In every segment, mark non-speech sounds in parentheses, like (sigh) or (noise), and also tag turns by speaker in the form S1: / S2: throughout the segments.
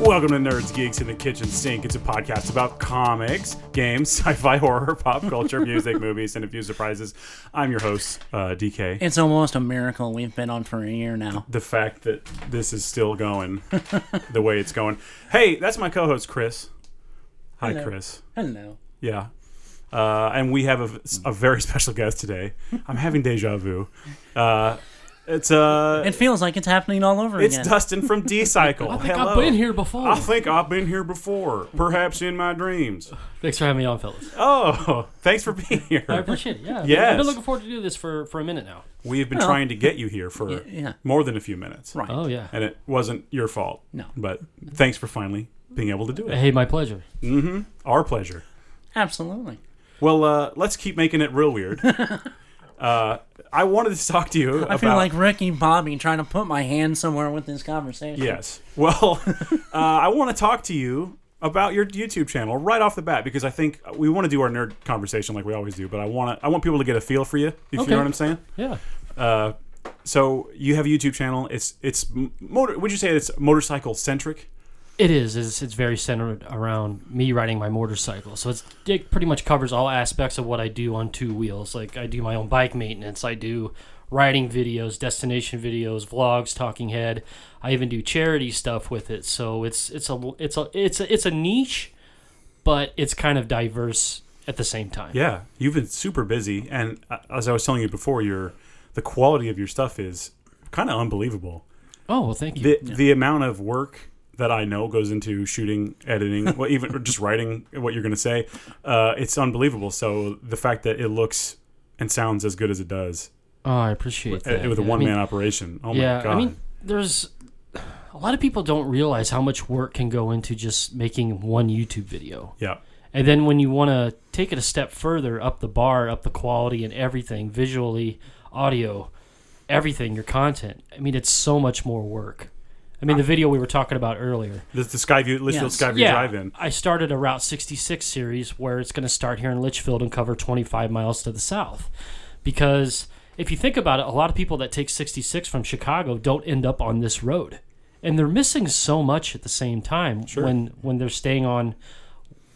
S1: Welcome to Nerds, Geeks, in the Kitchen Sink. It's a podcast about comics, games, (laughs) sci-fi, horror, pop culture,
S2: (laughs)
S1: music, movies, and a few surprises. I'm your host, uh, DK.
S3: It's almost a miracle we've been on for a year now.
S1: the fact that this is still going the way it's going. Hey, that's my co-host Chris. Hi,
S3: Hello.
S1: Chris.
S3: Hello.
S1: Yeah. Uh, and we have a, a very special guest today. I'm having deja vu. Uh, it's uh,
S3: It feels like it's happening all over
S1: it's
S3: again.
S1: Dustin from D Cycle.
S2: I think
S1: Hello.
S2: I've been here before.
S1: I think I've been here before, perhaps in my dreams.
S2: Thanks for having me on, fellas.
S1: Oh, (laughs) thanks for being
S2: I
S1: here.
S2: appreciate it. Yeah. I've been-
S1: Yes.
S2: I've been looking forward to do this for, for a minute now.
S1: We have been trying to get you here for
S3: yeah.
S1: more than a few minutes.
S3: Right.
S2: Oh, yeah.
S1: And it wasn't your fault.
S3: No.
S1: But thanks for finally being able to do it.
S2: Hey, my pleasure.
S1: Our pleasure.
S3: Absolutely.
S1: Well, uh, let's keep making it real
S3: (laughs)
S1: weird. uh, I wanted to talk to you
S3: I
S1: about.
S3: feel like Ricky Bobby trying to put my hand somewhere with this conversation.
S1: (laughs) yes. Well, uh, I want to talk to you about your YouTube channel right off the bat because I think we want to do our nerd conversation like we always do, but I want to. I want people to get a feel for you. If you
S2: Okay.
S1: know what I'm saying.
S2: Yeah.
S1: So you have a YouTube channel. It's it's m- motor. Would you say it's motorcycle centric?
S2: It is. It's, it's very centered around me riding my motorcycle. So it's, it pretty much covers all aspects of what I do on two wheels. Like, I do my own bike maintenance, I do riding videos, destination videos, vlogs, talking head. I even do charity stuff with it. So it's it's a it's a it's a, it's a niche, but it's kind of diverse at the same time.
S1: Yeah, you've been super busy, and uh, as I was telling you before, your the quality of your stuff is kind of unbelievable.
S2: Oh, well, thank you.
S1: the the amount of work that I know goes into shooting, editing, well, even or just writing what you're going to say, uh, it's unbelievable. So the fact that it looks and sounds as good as it does
S2: Oh, I appreciate
S1: uh,
S2: that.
S1: with a
S2: Yeah,
S1: one
S2: I
S1: man
S2: mean,
S1: operation, oh
S2: yeah,
S1: my god,
S2: I mean, there's a lot of people don't realize how much work can go into just making one YouTube video,
S1: yeah,
S2: and then when you want to take it a step further, up the bar, up the quality and everything, visually, audio, everything, your content. I mean, it's so much more work. I mean, the video we were talking about earlier.
S1: the, the Skyview Litchfield
S3: Yes.
S1: Skyview Drive In,
S2: I started a Route 66 series where it's going to start here in Litchfield and cover 25 miles to the south. Because if you think about it, a lot of people that take 66 from Chicago don't end up on this road. And they're missing so much at the same time when when they're staying on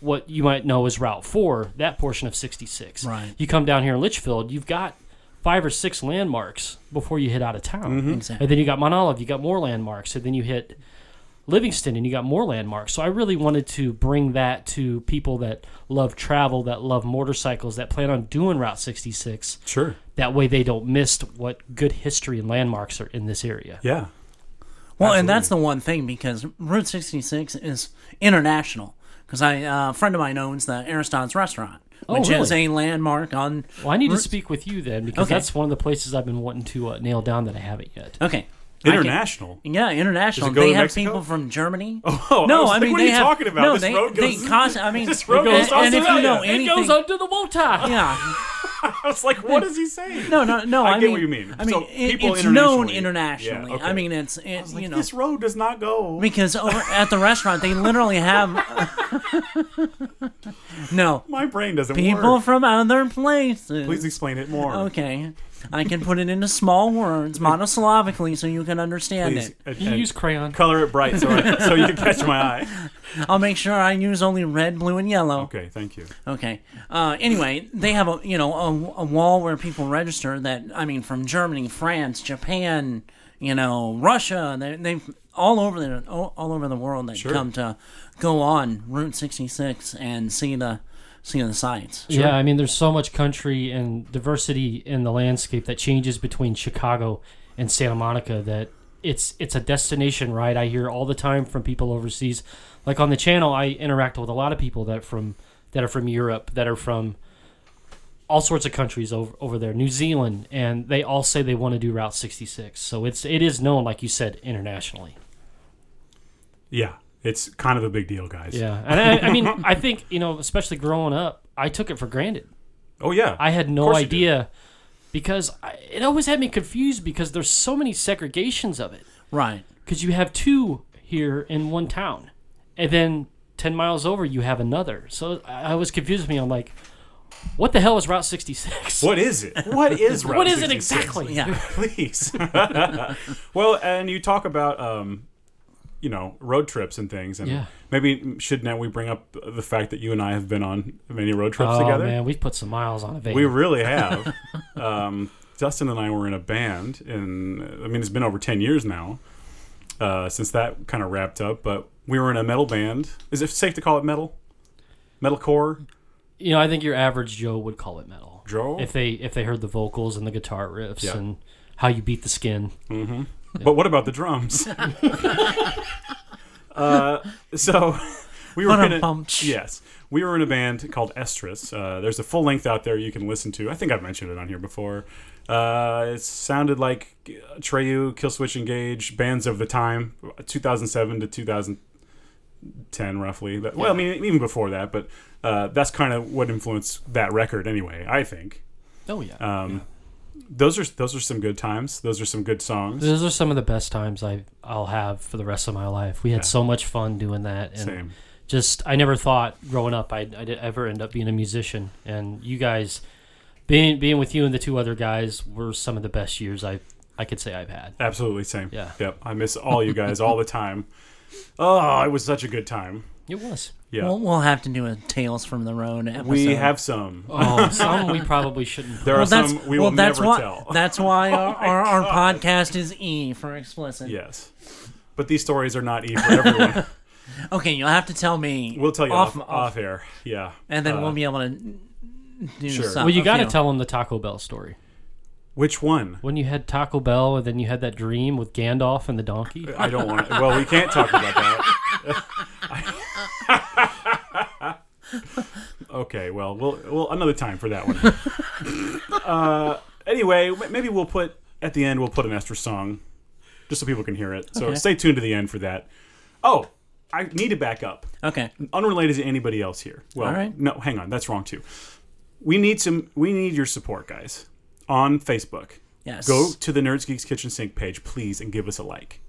S2: what you might know as Route 4, that portion of 66.
S3: Right.
S2: You come down here in Litchfield, you've got five or six landmarks before you hit out of town.
S3: Exactly.
S2: And then you got Mount Olive, you got more landmarks, and then you hit Livingston and you got more landmarks. So I really wanted to bring that to people that love travel, that love motorcycles, that plan on doing Route 66.
S1: sure,
S2: That way they don't miss what good history and landmarks are in this area.
S1: yeah,
S3: Well, and that's the one thing because Route 66 is international. Because I uh, a friend of mine owns the Aristotle's Restaurant,
S2: Oh,
S3: which is
S2: really?
S3: a landmark on.
S2: Well, I need to speak with you then because
S3: Okay.
S2: that's one of the places I've been wanting to uh, nail down that I haven't yet.
S3: Okay. I can-
S1: international.
S3: Yeah, international.
S1: Does it go
S3: They
S1: to
S3: have
S1: Mexico?
S3: people from Germany.
S1: (laughs) Oh, I
S3: no,
S1: was
S3: I,
S1: like,
S3: mean
S1: what are
S3: they
S1: you
S3: have,
S1: talking about?
S3: No,
S1: This
S3: they,
S1: road
S3: they
S1: goes-
S3: const- I
S1: (laughs)
S3: mean,
S1: This road
S3: and-
S1: goes to
S3: and, if you
S1: Australia.
S3: know
S1: It
S3: anything,
S2: It goes under the Wota.
S3: yeah,
S1: I was like, what is he saying?
S3: no, no, no.
S1: I
S3: I,
S1: get
S3: mean,
S1: what you mean.
S3: I mean,
S1: So,
S3: it-
S1: people
S3: it's known
S1: internationally.
S3: internationally.
S1: Yeah, okay.
S3: I mean, it's it,
S1: Like,
S3: you know
S1: this road does not go.
S3: (laughs) because over
S1: (laughs)
S3: at the restaurant they literally have (laughs) no
S1: My brain doesn't
S3: people
S1: work.
S3: from other places.
S1: Please explain it more.
S3: okay, I can put it into small words, monosyllabically, so you can understand
S1: Please,
S3: it.
S1: and-
S2: (laughs) You
S1: and
S2: use
S1: (laughs)
S2: crayon.
S1: color it bright so, I, so
S3: (laughs)
S1: you can catch my eye.
S3: I'll make sure I use only red, blue, and yellow.
S1: Okay, thank you.
S3: Okay. Uh, anyway, they have a you know a, a wall where people register that I mean from Germany, France, Japan, you know Russia. They they all over the all, all over the world that come to go on Route 66 and see the see the sights.
S2: Yeah, I mean, there's so much country and diversity in the landscape that changes between Chicago and Santa Monica that it's it's a destination ride. I hear all the time from people overseas. Like on the channel, I interact with a lot of people that from that are from Europe, that are from all sorts of countries over, over there, New Zealand, and they all say they want to do Route 66. So it's it is known, like you said, internationally.
S1: Yeah, it's kind of a big deal, guys.
S2: Yeah, and I, I mean, I think you know, especially growing up, I took it for granted.
S1: Oh yeah.
S2: I had
S1: Of
S2: no
S1: course you do.
S2: idea because I, it always had me confused because there's so many segregations of it.
S3: Right.
S2: Because you have two here in one town, and then 10 miles over, you have another. So I, I was confused with me. I'm like, what the hell is
S1: (laughs)
S2: Route 66?
S1: What is it? What is Route
S2: (laughs) what is it
S1: 66? (laughs)
S2: exactly?
S3: Yeah.
S1: Please. well, and you talk about um, you know road trips and things. And
S2: Yeah.
S1: maybe should now we bring up the fact that you and I have been on many road trips
S2: Oh
S1: together.
S2: man, we've put some miles on a van.
S1: We really have. (laughs) um, Dustin and I were in a band, and I mean, it's been over 10 years now uh, since that kind of wrapped up, but we were in a metal band. Is it safe to call it metal? Metalcore?
S2: you know, I think your average Joe would call it metal.
S1: Joe?
S2: If they if they heard the vocals and the guitar riffs
S1: Yeah.
S2: and how you beat the skin.
S1: But what about the
S2: (laughs)
S1: drums? uh, so (laughs) we were in a,
S3: Ba-dum-bum-tsh.
S1: yes, we were in a band called Estrus. Uh, there's a full length out there you can listen to. I think I've mentioned it on here before. Uh, it sounded like uh, Treyu, Killswitch Engage, bands of the time, 2007 to 2010, roughly. That- Well, I mean, even before that, but uh, that's kind of what influenced that record, anyway. I think
S2: Oh yeah.
S1: um, those are those are some good times. Those are some good songs.
S2: Those are some of the best times I I'll have for the rest of my life. We had so much fun doing that, and
S1: Same.
S2: just I never thought growing up I'd, I'd ever end up being a musician. And you guys, being being with you and the two other guys, were some of the best years I I could say I've had.
S1: Absolutely same.
S2: Yeah.
S1: Yep. I miss all you guys all the time. Oh, it was such a good time.
S2: It was.
S1: Yeah.
S3: We'll, we'll have to do a Tales from the Road episode.
S1: we have some.
S2: Oh, some we
S1: (laughs)
S2: probably shouldn't.
S1: There are
S3: Well, that's,
S1: some we
S3: well,
S1: will
S3: that's
S1: never
S3: why,
S1: tell.
S3: (laughs)
S1: Oh
S3: That's why our, our, our podcast is E for explicit.
S1: (laughs) yes. But these stories are not E for everyone.
S3: Okay, you'll have to tell me.
S1: we'll tell you
S3: off,
S1: off, off, air. Yeah.
S3: and then
S1: Uh,
S3: we'll be able to do
S1: sure.
S3: some.
S2: Well, you
S3: a
S2: got to
S3: few.
S2: tell them the Taco Bell story.
S1: Which one?
S2: When you had Taco Bell, and then you had that dream with Gandalf and the donkey.
S1: I don't want to. Well, we can't talk about that. okay, well, we'll we'll another time for that one. uh, anyway, m- maybe we'll put at the end we'll put an extra song, just so people can hear it. So
S3: Okay.
S1: stay tuned to the end for that. Oh, I need to back up.
S3: Okay.
S1: Unrelated to anybody else here. Well,
S3: All right.
S1: no, hang on, that's wrong too. We need some. We need your support, guys, on Facebook.
S3: Yes.
S1: Go to the Nerds Geeks Kitchen Sink page, please, and give us a like.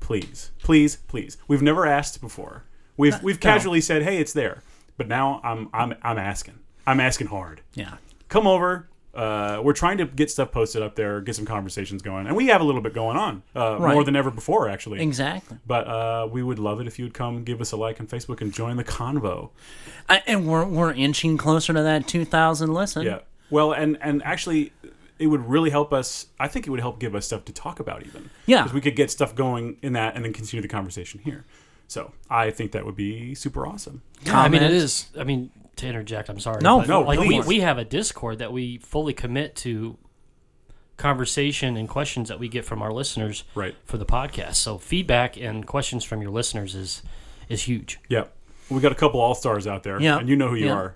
S1: Please, please, please. We've never asked before. We've we've casually said, "Hey, it's there," but now I'm I'm I'm asking. I'm asking hard.
S3: Yeah.
S1: Come over. Uh, we're trying to get stuff posted up there, get some conversations going, and we have a little bit going on uh, more
S3: Right.
S1: than ever before, actually.
S3: Exactly.
S1: But uh, we would love it if you would come give us a like on Facebook and join the convo.
S3: I, and we're, we're inching closer to that 2,000 listen.
S1: Yeah. Well, and and actually, it would really help us. I think it would help give us stuff to talk about, even.
S3: Yeah.
S1: Because we could get stuff going in that, and then continue the conversation here. So I think that would be super awesome.
S2: Yeah, I mean, it
S3: Comment.
S2: is. I mean, to interject, I'm sorry.
S3: No,
S2: but,
S1: no,
S2: Like we,
S1: please.
S2: we have a Discord that we fully commit to conversation and questions that we get from our listeners
S1: Right.
S2: for the podcast. So feedback and questions from your listeners is is huge.
S1: Yeah. We got a couple all stars out there.
S3: Yeah.
S1: And you know who you
S3: Yeah.
S1: are.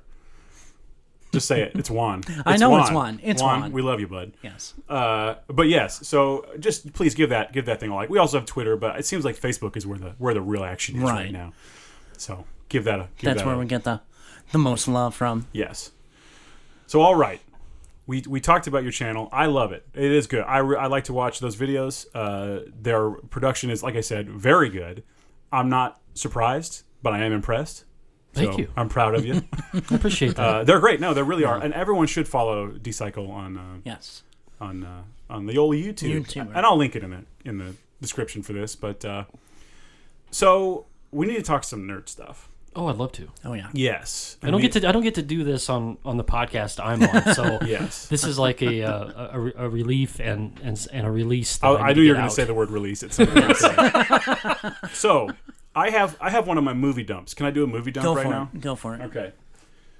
S1: Just say it. It's Juan.
S3: (laughs) I know it's Juan. It's Juan.
S1: We love you, bud.
S3: Yes.
S1: Uh, but yes, so just please give that give that thing a like. We also have Twitter, but it seems like Facebook is where the where the real action is right,
S3: Right.
S1: now. So give that a give
S3: That's
S1: that
S3: where
S1: a,
S3: we get the, the most love from.
S1: Yes. So all right, we we talked about your channel. I love it. It is good. I, re- I like to watch those videos. Uh, their production is, like I said, very good. I'm not surprised, but I am impressed.
S2: Thank
S1: So
S2: you.
S1: I'm proud of you.
S2: I appreciate that.
S1: uh, they're great. No, they really are. And everyone should follow Decycle on uh,
S3: Yes.
S1: on uh, on the old YouTube.
S3: YouTube, right.
S1: And I'll link it in the in the description for this. But uh, so we need to talk some nerd stuff.
S2: oh, I'd love to.
S3: Oh, yeah.
S1: Yes.
S2: I don't get to. I don't get to do this on on the podcast I'm on. So
S1: (laughs) Yes.
S2: (laughs) this is like a uh, a, a, re- a relief and and, s- and a release. That
S1: I,
S2: need
S1: Oh, I
S2: to
S1: knew you
S2: get
S1: were going
S2: out.
S1: to say the word release at some point. so, I have I have one of my movie dumps. Can I do a movie dump
S3: Go
S1: right
S3: for
S1: now?
S3: it. Go for it.
S1: Okay.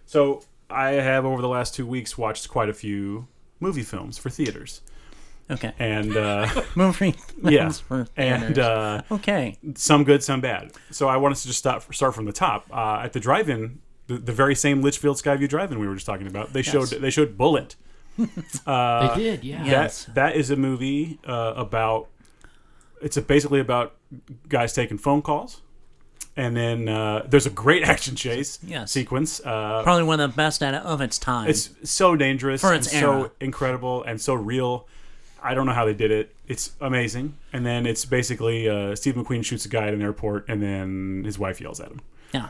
S1: So I have over the last two weeks watched quite a few movie films for theaters,
S3: Okay.
S1: and uh,
S3: (laughs) Moving.
S1: yeah,
S3: for
S1: and
S3: theaters.
S1: uh,
S3: okay.
S1: some good, some bad. So I want us to just start start from the top uh, at the drive-in. The, the very same Litchfield Skyview Drive-in we were just talking about. They showed they showed Bullet.
S2: they did. Yeah.
S3: yeah.
S1: That that is a movie uh, about. It's a, basically about guys taking phone calls, and then uh, there's a great action chase
S3: (laughs) Yes.
S1: sequence. Uh,
S3: Probably one of the best at, of its time.
S1: it's so dangerous,
S3: For its
S1: and
S3: era.
S1: so incredible, and so real. I don't know how they did it. It's amazing. And then it's basically uh, Steve McQueen shoots a guy at an airport, and then his wife yells at him.
S3: yeah.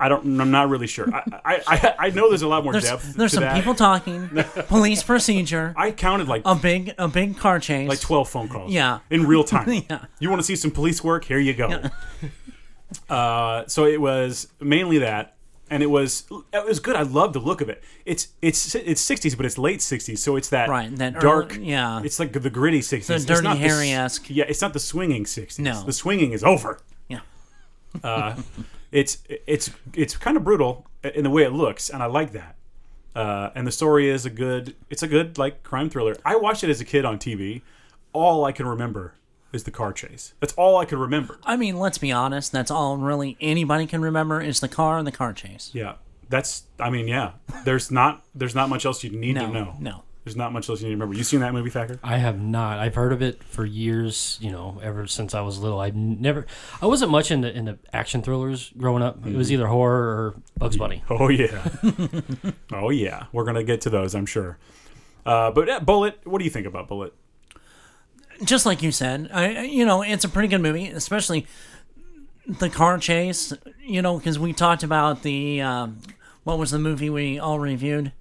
S1: I don't. I'm not really sure. I I, I, I know there's a lot more
S3: There's
S1: depth.
S3: there's
S1: to
S3: some
S1: that. (laughs)
S3: people talking, police procedure,
S1: I counted like
S3: a big a big car chase.
S1: like 12 phone calls.
S3: Yeah.
S1: In
S3: (laughs)
S1: real time.
S3: Yeah.
S1: You want to see some police work? Here you go. uh, so it was mainly that. And it was it was good. I love the look of it. It's it's it's sixties, but it's late sixties, so it's that,
S3: Right, that
S1: dark.
S3: early- yeah.
S1: it's like the gritty sixties.
S3: Dirty Harry-esque.
S1: Yeah, it's not the swinging sixties.
S3: No.
S1: the swinging is over. (laughs) Uh,
S3: yeah.
S1: It's it's it's kind of brutal in the way it looks, and I like that. Uh, and the story is a good. It's a good like crime thriller. I watched it as a kid on TV. All I can remember is the car chase. That's all I can remember.
S3: I mean, let's be honest. That's all really anybody can remember is the car and the car chase.
S1: Yeah, that's. I mean, yeah. There's not. There's not much else you need
S3: No,
S1: to know.
S3: no.
S1: There's not much else you need to remember. You seen that movie, Thacker?
S2: I have not. I've heard of it for years. You know, ever since I was little, I've never. I wasn't much into into action thrillers growing up. It
S1: Mm-hmm.
S2: was either horror or Bugs Bunny.
S1: Oh
S3: (laughs)
S1: yeah. oh yeah. We're gonna get to those, I'm sure. Uh, but yeah, Bullet. What do you think about Bullet?
S3: Just like you said, I I- you know it's a pretty good movie, especially the car chase. You know, because we talked about the um, what was the movie we all reviewed,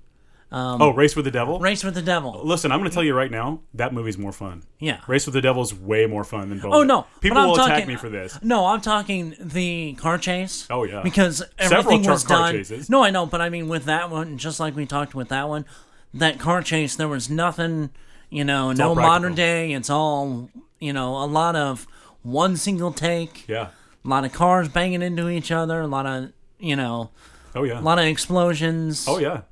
S1: oh, Race with the Devil.
S3: Um, Race with the Devil.
S1: Listen, I'm going to tell you right now, that movie's more fun.
S3: Yeah.
S1: Race with the Devil is way more fun than Bullet.
S3: Oh no! but
S1: people
S3: I'm
S1: will attack
S3: talking-
S1: me for
S3: (laughs)
S1: this.
S3: No, I'm talking the car chase.
S1: Oh, yeah.
S3: because
S1: Several
S3: everything
S1: tar-
S3: was
S1: car
S3: done.
S1: chases.
S3: No, I know, but I mean with that one, just like we talked with that one, that car chase, there was nothing. You know, no
S1: all practical.
S3: modern day. It's all you know, a lot of one single take.
S1: Yeah.
S3: A lot of cars banging into each other. A lot of you know,
S1: Oh yeah.
S3: a lot of explosions.
S1: Oh yeah.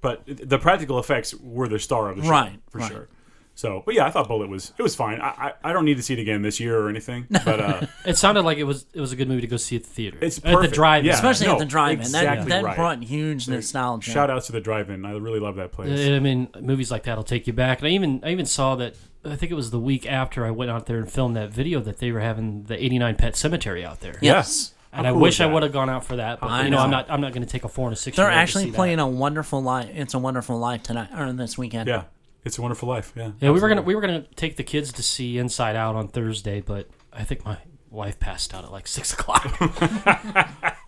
S1: But the practical effects were the star of the show,
S3: Right,
S1: For
S3: right.
S1: sure. So, but yeah, I thought Bullet was it was fine. I, I I don't need to see it again this year or
S3: (laughs)
S1: anything. But uh,
S2: It sounded like it was it was a good movie to go see at the theater.
S1: It's
S2: at the
S1: perfect.
S2: drive.
S1: Yeah.
S3: Especially
S1: No,
S3: at the drive-in,
S1: exactly
S3: that, that
S1: right.
S3: brought huge nostalgia.
S1: shout outs to the drive-in. I really love that place.
S2: I mean, movies like that'll take you back. And I even I even saw that. I think it was the week after I went out there and filmed that video that they were having the '89 Pet Cemetery out there.
S1: Yeah.
S3: Yes,
S2: And
S1: How
S2: I
S1: cool
S2: wish
S1: is
S2: I
S1: that?
S2: would have gone out for that, but
S3: I
S2: you know, I'm
S3: know.
S2: not. I'm not going to take a four and a six.
S3: they're actually playing a wonderful life. It's a wonderful life tonight or this weekend.
S1: Yeah, it's a wonderful life. Yeah.
S2: Yeah, we were gonna we were gonna take the kids to see Inside Out on Thursday, but I think my wife passed out at like six (laughs) o'clock.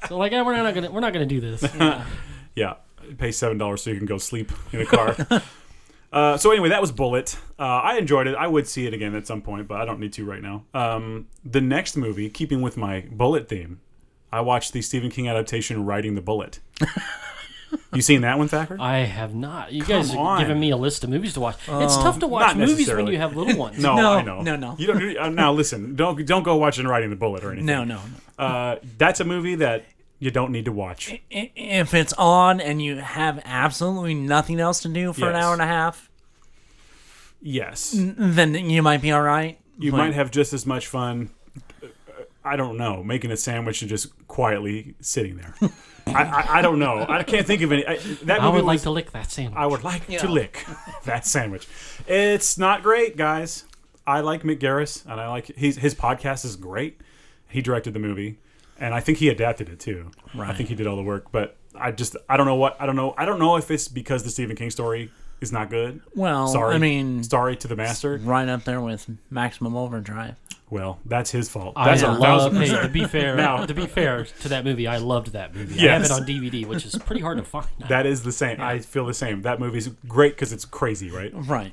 S2: so like, yeah, we're not gonna we're not gonna
S1: (laughs)
S2: do this.
S1: Yeah, pay seven dollars so you can go sleep in a car. (laughs) uh, so anyway, that was Bullet. Uh, I enjoyed it. I would see it again at some point, but I don't need to right now. Um, the next movie, keeping with my Bullet theme, I watched the Stephen King adaptation, Riding the Bullet. you seen that one, Thacker?
S3: Uh,
S2: I have not. You guys are
S1: on. Um,
S2: giving me a list of movies to watch. it's tough to watch
S1: not
S2: movies when
S1: necessarily.
S2: you have
S1: (laughs)
S2: little ones.
S1: no,
S3: No,
S1: I know.
S3: no, no.
S1: You don't. you- Uh, now listen. Don't don't go watching Riding the Bullet or anything.
S3: No, no, no.
S1: Uh, that's a movie that you don't need to watch.
S3: I- if it's on and you have absolutely nothing else to do for an
S1: Yes.
S3: hour and a half,
S1: Yes.
S3: then you might be all right.
S1: you might have just as much fun. uh, I don't know, making a sandwich and just quietly sitting
S2: (laughs)
S1: there. I, I, I don't know. I can't think of any. I, that
S2: I
S1: movie
S2: would like
S1: was-
S2: to lick that sandwich.
S1: I would like
S3: Yeah.
S1: to lick (laughs) that sandwich. It's not great, guys. I like Mick Garris, and I like his his podcast is great. He directed the movie, and I think he adapted it too. I think he did all the work, but I just I don't know what I don't know. I don't know if it's because the Stephen King story is not good.
S3: Well,
S1: sorry,
S3: I mean-
S1: sorry to the master.
S3: right up there with Maximum Overdrive.
S1: Well, that's his fault.
S2: I
S1: That's a
S2: love.
S1: thousand
S2: Hey,
S1: percent.
S2: to be fair,
S1: Now-
S2: to be fair to that movie, I loved that movie.
S1: Yes.
S2: I have it on DVD, which is pretty hard to find.
S1: (laughs) That is the same. I feel the same. That movie's great because it's crazy, right?
S3: Right.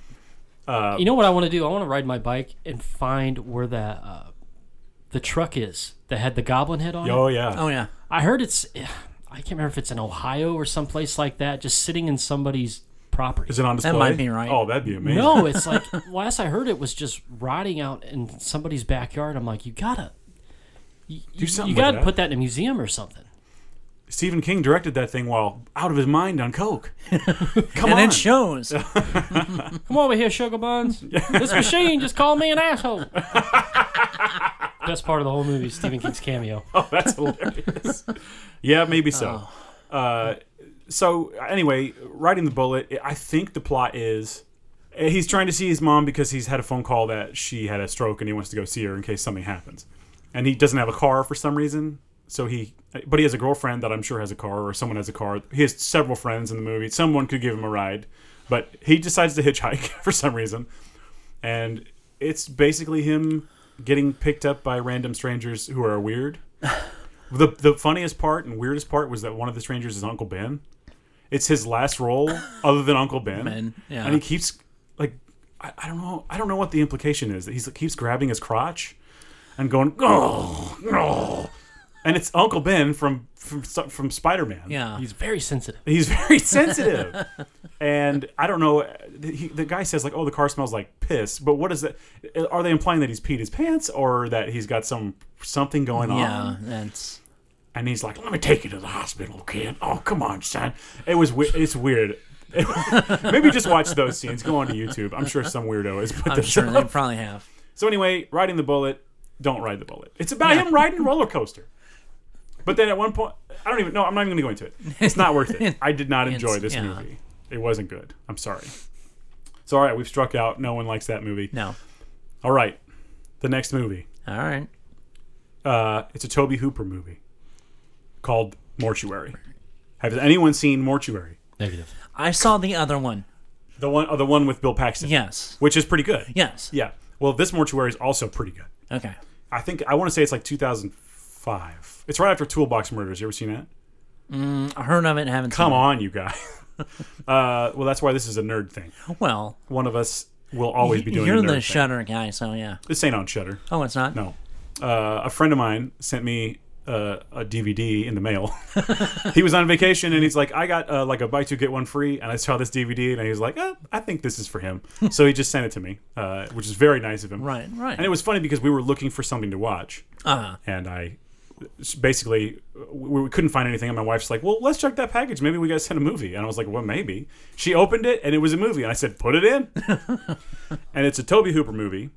S2: you know what I want to do? I want to ride my bike and find where the uh, the truck is that had the goblin head on. it.
S1: Oh yeah.
S3: Oh yeah.
S2: I heard it's. (sighs) I can't remember if it's in Ohio or someplace like that. Just sitting in somebody's property.
S1: Is it on display?
S3: might be right.
S1: Oh, that'd be amazing.
S2: no, it's
S1: (laughs)
S2: like last I heard it was just rotting out in somebody's backyard. I'm like, you gotta you, you-
S1: something
S2: you
S1: with
S2: gotta
S1: that.
S2: put that in a museum or something.
S1: Stephen King directed that thing while out of his mind on
S3: (laughs)
S1: coke. Come on.
S3: and
S1: (laughs)
S3: it shows.
S2: (laughs) Come over here, sugar buns. this machine just called me
S1: (laughs)
S2: an asshole. Best part of the whole movie, is Stephen King's cameo.
S1: oh, (laughs) that's hilarious. yeah, maybe so. Uh, so anyway, writing the bullet. I think the plot is eh, he's trying to see his mom because he's had a phone call that she had a stroke and he wants to go see her in case something happens. And he doesn't have a car for some reason. So he, but he has a girlfriend that I'm sure has a car or someone has a car. He has several friends in the movie. Someone could give him a ride, but he decides to hitchhike (laughs) for some reason. And
S3: (laughs)
S1: it's basically him getting picked up by random strangers who are weird The the funniest part and weirdest part was that one of the strangers is Uncle Ben. It's his last
S3: (laughs)
S1: role other than Uncle Ben.
S3: Ben, yeah.
S1: And he keeps like I, I don't know I don't know what the implication is that he keeps grabbing his crotch and going oh, oh. and it's Uncle Ben from from from Spider Man.
S3: Yeah.
S2: (laughs) He's very sensitive.
S1: He's very (laughs) sensitive. and I don't know. He, the guy says like, "Oh, the car smells like piss." But what is that? Are they implying that he's peed his pants or that he's got some something going
S3: yeah,
S1: on?
S3: that's
S1: And he's like, "Let me take you to the hospital, kid." Oh, come on, son. It was we- it's weird. (laughs) Maybe just watch those scenes. Go on to YouTube. I'm sure some weirdo has put
S3: I'm
S1: this
S3: sure
S1: up.
S3: they probably have.
S1: So anyway, riding the bullet, don't ride the bullet. It's about him riding a roller coaster. But then at one point, I don't even know. I'm not even going to go into it. It's not worth it. I did not enjoy
S3: (laughs) It's-
S1: this
S3: yeah.
S1: movie. It wasn't good. I'm sorry. So all right, we've struck out. No one likes that movie.
S3: No.
S1: All right, the next movie.
S3: All right.
S1: Uh, it's a Toby Hooper movie called Mortuary. Has anyone seen Mortuary?
S2: Negative.
S3: I saw the other one.
S1: The one, oh, the one with Bill Paxton.
S3: Yes.
S1: which is pretty good.
S3: Yes.
S1: yeah. Well, this Mortuary is also pretty good.
S3: Okay.
S1: I think I want to say it's like 2005. It's right after Toolbox Murders. You ever seen that?
S3: I heard of it. Haven't
S1: Come
S3: seen
S1: on, you guys. (laughs) uh, well, that's why this is a nerd thing.
S3: it. Well,
S1: One of us will always be doing.
S3: you're
S1: a nerd
S3: the
S1: thing.
S3: Shutter guy, so yeah.
S1: This ain't on Shutter.
S3: Oh, it's not.
S1: No. Uh, a friend of mine sent me uh, a DVD in the mail. (laughs) he was on vacation and he's like, I got uh, like a buy two, get one free. And I saw this DVD and he was like, "Uh, I think this is for
S3: (laughs)
S1: him. so he just sent it to me, uh, which is very nice of him.
S3: Right. Right.
S1: And it was funny because we were looking for something to watch.
S3: uh,
S1: and I basically we, we couldn't find anything. And my wife's like, "Well, let's check that package. Maybe we got sent a movie." And I was like, "Well, maybe." She opened it, and it was a movie. And I said, "Put it in." and it's a Toby Hooper movie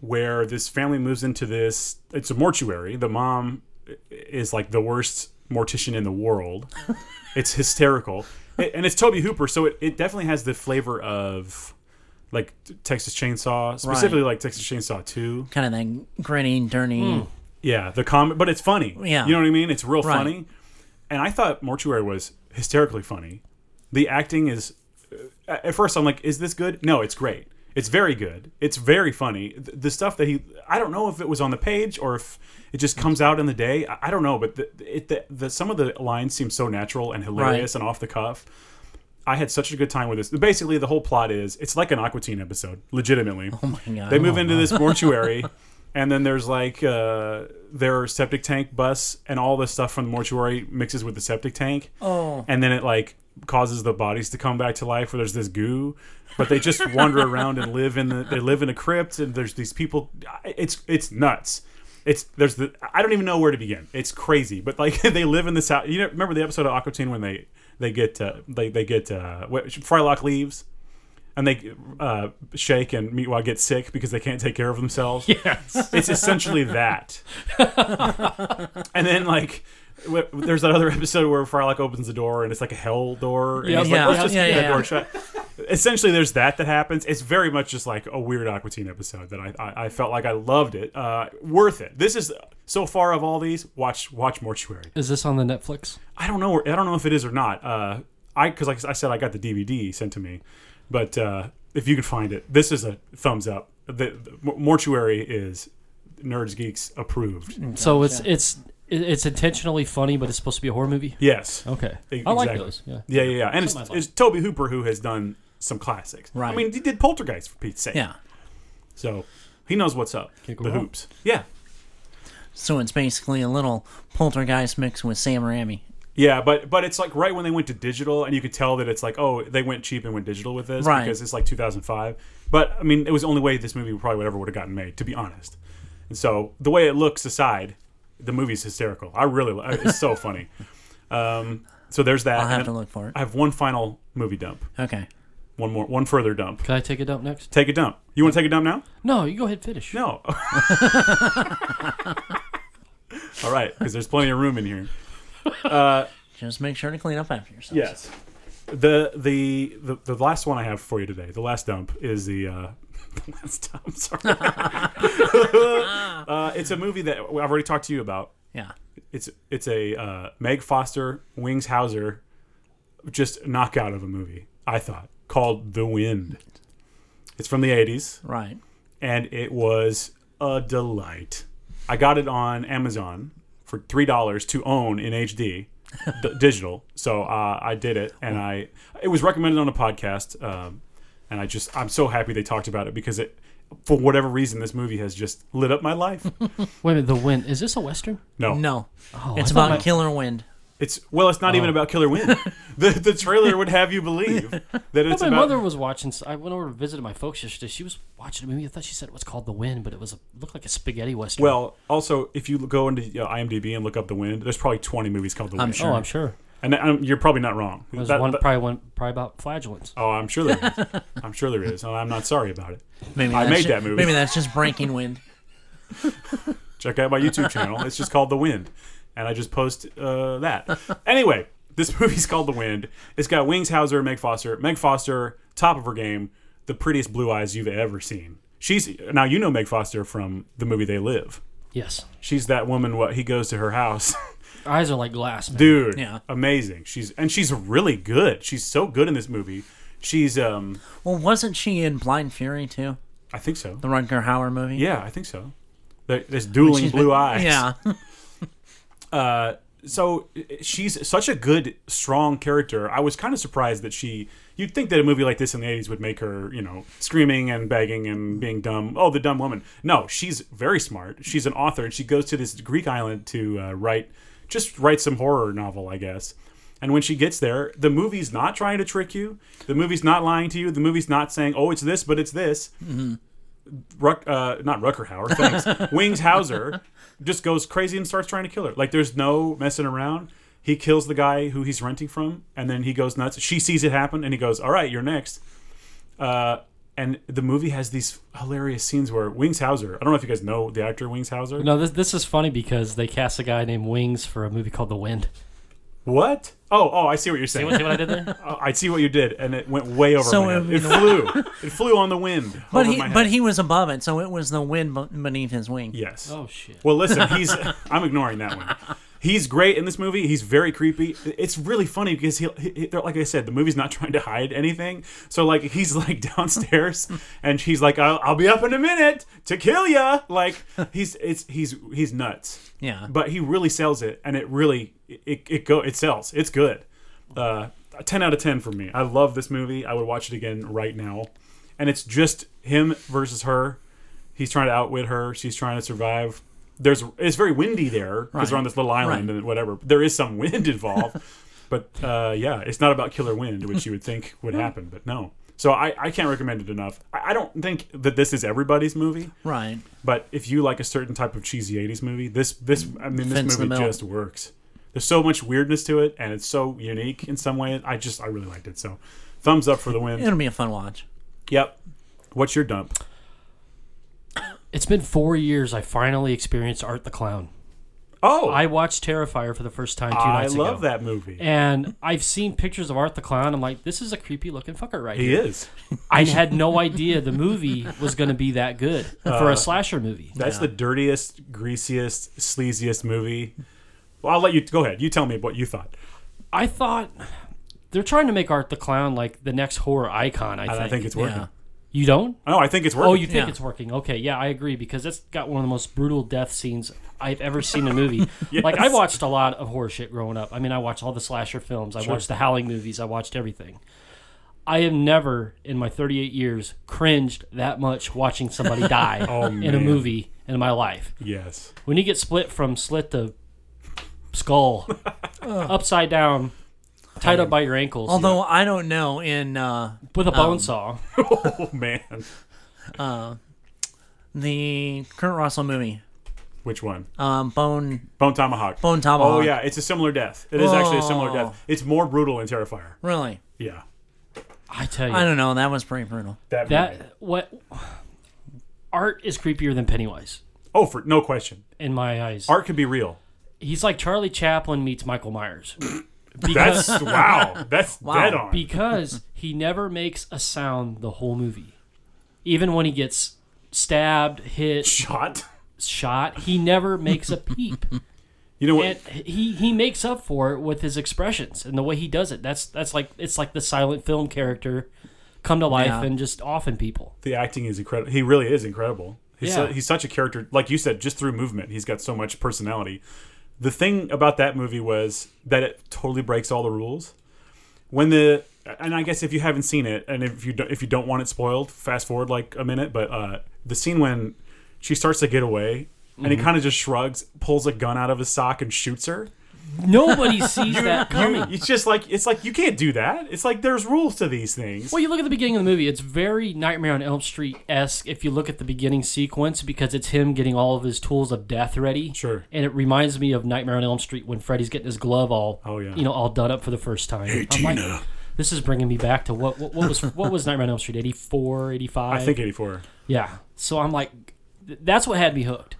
S1: where this family moves into this. It's a mortuary. The mom is like the worst mortician in the world. it's hysterical, It- and it's Toby Hooper, so it, it definitely has the flavor of. Like Texas Chainsaw, specifically like Texas Chainsaw 2.
S3: kind of that gritty,
S1: Hmm.
S3: dirty.
S1: Yeah, the comic, but it's funny.
S3: Yeah.
S1: you know what I mean. It's real
S3: Right.
S1: funny, and I thought Mortuary was hysterically funny. The acting is, uh, at first I'm like, is this good? No, it's great. It's very good. It's very funny. The, the stuff that he, I don't know if it was on the page or if it just comes out in the day. I, I don't know, but the, it, the, the some of the lines seem so natural and hilarious and off the cuff. I had such a good time with this. Basically, the whole plot is it's like an Aquatine episode, legitimately. Oh
S3: my God.
S1: They move into this mortuary, and then there's like uh, their septic tank bus, and all the stuff from the mortuary mixes with the septic tank.
S3: Oh.
S1: And then it like causes the bodies to come back to life, where there's this goo. But they just wander around and live in the, they live in a crypt, and there's these people. It's it's nuts. It's there's the I don't even know where to begin. It's crazy, but like (laughs) they live in this house. You know, remember the episode of Aquatine when they they get uh, they they get uh, what, Frylock leaves and they uh, shake and Meatwad get sick because they can't take care of
S3: (laughs)
S1: themselves.
S2: Yes.
S1: It's essentially that. and then like wh- there's that other episode where Frylock opens the door and it's like a hell door. And
S2: Yeah.
S1: he's like,
S3: Yeah.
S1: Let's just
S3: Yeah,
S1: keep
S3: yeah,
S1: that
S3: yeah.
S1: door shut. Essentially, there's that that happens. It's very much just like a weird Aquatine episode that I, I, I felt like I loved it. Uh, worth it. This is so far of all these. Watch watch Mortuary.
S2: Is this on the Netflix?
S1: I don't know. I don't know if it is or not. Uh, I because like I said, I got the DVD sent to me, but uh, if you can find it, this is a thumbs up. The, the Mo- mortuary is nerds geeks approved.
S2: So it's it's it- it's intentionally funny, but it's supposed to be a horror movie.
S1: Yes.
S2: Okay,
S1: E-
S2: Oh, I like
S1: exactly.
S2: those. Yeah.
S1: Yeah, yeah, yeah. And it's,
S2: Something I like.
S1: it's Toby Hooper who has done some classics. I
S3: Right.
S1: mean, he did Poltergeist for Pete's sake.
S3: Yeah.
S1: So he knows what's up.
S2: Can't go
S1: the
S2: wrong.
S1: hoops. Yeah.
S3: So it's basically a little poltergeist mixed with Sam Raimi.
S1: Yeah, but but it's like right when they went to digital, and you could tell that it's like oh they went cheap and went digital with this
S3: Right.
S1: because it's like 2005. But I mean, it was the only way this movie probably would ever would have gotten made, to be honest. And so the way it looks aside, the movie's hysterical. I really li- it's so funny. Um, so there's that.
S3: I'll have
S1: And
S3: to look for it.
S1: I have one final movie dump.
S3: Okay.
S1: One more, one further dump.
S2: Can I take it up next?
S1: Take a dump. You want to take a dump now?
S2: No, you go ahead.
S3: (laughs)
S2: Finish.
S1: No. (laughs) All right, because there's plenty of room in here.
S3: Just make sure to clean up after yourself.
S1: Yes. The, the the the last one I have for you today, the last dump is the uh, (laughs) the last dump. Sorry. uh, it's a movie that I've already talked to you about.
S3: Yeah.
S1: It's it's a uh, Meg Foster, Wings Hauser, just knockout of a movie. I thought called The Wind. It's from the '80s,
S3: Right.
S1: and it was a delight. I got it on Amazon for three dollars to own in HD, d- (laughs) digital. So uh, I did it, and I it was recommended on a podcast, um, and I just I'm so happy they talked about it because it for whatever reason this movie has just lit up my
S2: (laughs)
S1: life.
S2: Wait a minute, the wind. Is this a western?
S1: No,
S3: No,
S1: Oh,
S2: I
S3: it's
S2: thought
S3: about
S2: my-
S3: Killer Wind.
S1: it's well, it's not even
S2: Oh.
S1: about Killer
S2: (laughs)
S1: Wind. the the trailer would have you believe that it's
S2: my
S1: about
S2: mother was watching. I went over to visit my folks yesterday. She was watching a movie. I thought she said it was called The Wind, but it was a, looked like a spaghetti western.
S1: Well, also, if you go into uh, IMDb and look up The Wind, there's probably 20 movies called The Wind.
S3: I'm
S2: oh, I'm sure.
S1: And um, you're probably not wrong.
S2: There's
S1: That-
S2: one
S1: that-
S2: probably one probably about flagellants.
S1: oh, I'm sure there
S3: (laughs)
S1: is. I'm sure there is. And I'm not sorry about it.
S3: Maybe
S1: I
S3: that's
S1: made
S3: ju-
S1: that movie.
S3: Maybe that's just Breaking Wind.
S1: Check out my YouTube channel. It's just called The Wind. And I just post uh, that. Anyway, this (laughs) movie's called The Wind. It's got Wings Hauser and Meg Foster. Meg Foster, top of her game, the prettiest blue eyes you've ever seen. She's now you know Meg Foster from the movie They Live.
S2: Yes,
S1: She's that woman. What he goes to her house (laughs)
S2: Her eyes are like glass. Man.
S1: dude
S3: Yeah.
S1: amazing she's and she's really good she's so good in this movie she's um
S3: Well, wasn't she in Blind Fury too?
S1: i think so
S3: The Rutger Hauer movie.
S1: yeah i think so There- there's dueling
S3: She's
S1: blue
S3: been-
S1: eyes
S3: Yeah.
S1: uh so i- she's such a good strong character i was kind of surprised that she you'd think that a movie like this in the 80s would make her you know screaming and begging and being dumb oh the dumb woman no she's very smart she's an author and she goes to this greek island to uh, write just write some horror novel i guess And when she gets there, the movie's not trying to trick you. The movie's not lying to you. The movie's not saying, "Oh, it's this, but it's this." Ruck, uh, not Rucker Hauer,
S3: (laughs)
S1: thanks. Wings Hauser just goes crazy and starts trying to kill her. Like there's no messing around. He kills the guy who he's renting from, and then he goes nuts. She sees it happen, and he goes, "All right, you're next." Uh, and the movie has these hilarious scenes where Wings Hauser. I don't know if you guys know the actor Wings Hauser.
S2: No, this this is funny because they cast a guy named Wings for a movie called The
S1: (laughs)
S2: Wind.
S1: What? Oh, oh, I see what you're saying.
S2: See what, see what I did there?
S1: Uh, I see what you did, and it went way over
S3: So
S1: my head.
S3: it-
S1: It,
S3: (laughs)
S1: flew. it flew on the wind.
S3: But
S1: over
S3: he,
S1: my head.
S3: but he was above it, so it was the wind be- beneath his wing.
S1: Yes.
S2: Oh shit!
S1: Well, listen,
S2: (laughs)
S1: he's. I'm ignoring that one. He's great in this movie. He's very creepy. It's really funny because he, he they're- like I said, the movie's not (laughs) trying to hide anything. So like he's like (laughs) downstairs, and he's like, "I'll, I'll be up in a minute to kill ya." Like he's it's he's he's nuts.
S3: Yeah.
S1: But he really sells it, and it really it it go it sells. It's good. Uh, ten out of ten for me. I love this movie. I would watch it again right now. And it's just him versus her. He's trying to outwit her. She's trying to survive. There's it's very windy there because
S3: Right.
S1: they're on this little island
S3: Right.
S1: and whatever. There is some wind (laughs) involved, but uh, yeah, it's not about killer wind, which
S2: (laughs)
S1: you would think would happen, but no. So I, I can't recommend it enough. I, I don't think that this is everybody's movie,
S3: Right.
S1: but if you like a certain type of cheesy '80s movie, this this I mean this
S3: Fits the
S1: movie
S3: bill.
S1: just works. There's so much weirdness to it, and it's so unique in some way. I just I really liked it. So, thumbs up for the win.
S3: It'll be a fun watch.
S1: Yep. What's your dump?
S2: It's been four years. I finally experienced Art the Clown.
S1: Oh, I,
S2: I watched Terrifier for the first time two nights ago.
S1: love that movie.
S2: And I've seen pictures of Art the Clown. I'm like, this is a creepy looking fucker right
S1: he
S2: here.
S1: is.
S2: I had no idea the movie was going to be that good
S1: Uh,
S2: for a slasher movie.
S1: That's the dirtiest, greasiest, sleaziest movie. Well, I'll let you go ahead. You tell me what you thought.
S2: I thought they're trying to make Art the Clown like the next horror icon. I
S1: And
S2: think.
S1: I think it's working.
S3: Yeah.
S2: you don't.
S1: No, I think it's working.
S2: Oh, you think
S3: Yeah.
S2: it's working? Okay, yeah, I agree because it's got one of the most brutal death scenes I've ever seen in
S1: (laughs)
S2: a movie. Like I watched a lot of horror shit growing up. I mean, I watched all the slasher films. I watched the Howling movies. I watched everything. I have never in my 38 years cringed that much
S1: (laughs)
S2: watching somebody die in a
S1: Oh, man.
S2: movie in my life.
S1: yes.
S2: When you get split from slit to skull, upside down, tied up by your ankles
S3: Although I don't know in uh,
S2: with a bone saw.
S1: Oh man,
S3: the Kurt Russell movie,
S1: which one?
S3: um, Bone
S1: Bone tomahawk.
S3: Bone
S1: Oh
S3: Tomahawk.
S1: yeah, it's a similar death. It is actually a similar
S3: Oh.
S1: death. It's more brutal in Terrifier.
S3: Really,
S1: Yeah.
S2: I tell you,
S3: I don't know. That was pretty brutal.
S1: That, movie.
S2: that what art is creepier than Pennywise
S1: Oh, for no question.
S2: in my eyes.
S1: Art could be real.
S2: He's like Charlie Chaplin meets Michael Myers (laughs)
S1: That's wow. That's dead on.
S2: because he never makes a sound the whole movie, even when he gets stabbed, hit,
S1: Shot.
S2: shot. He never makes a peep,
S1: You know what?
S2: and he he makes up for it with his expressions and the way he does it. That's that's like it's like the silent film character come to life
S3: Yeah.
S2: and just offing people.
S1: the acting is incredible. He really is incredible. He's,
S2: Yeah.
S1: su- he's such a character, like you said, just through movement. He's got so much personality the thing about that movie was that it totally breaks all the rules. When the and I guess if you haven't seen it, and if you don't, if you don't want it spoiled, fast forward like a minute. But uh, the scene when she starts to get away, and he
S2: Mm-hmm.
S1: kind of just shrugs, pulls a gun out of his sock, and shoots her. (laughs)
S2: Nobody sees that
S1: You-
S2: coming.
S1: it's just like it's like you can't do that. It's like there's rules to these things.
S2: Well, you look at the beginning of the movie, it's very Nightmare on Elm Street esque if you look at the beginning sequence because it's him getting all of his tools of death ready.
S1: Sure.
S2: And it reminds me of Nightmare on Elm Street when Freddy's getting his glove all,
S1: Oh, yeah.
S2: you know, all done up for the first time. Hey,
S1: Tina.
S2: this is bringing me back to what, what, what was what was Nightmare on Elm Street, 84, 85?
S1: I think 84.
S2: Yeah. So I'm like, th- that's what had me hooked.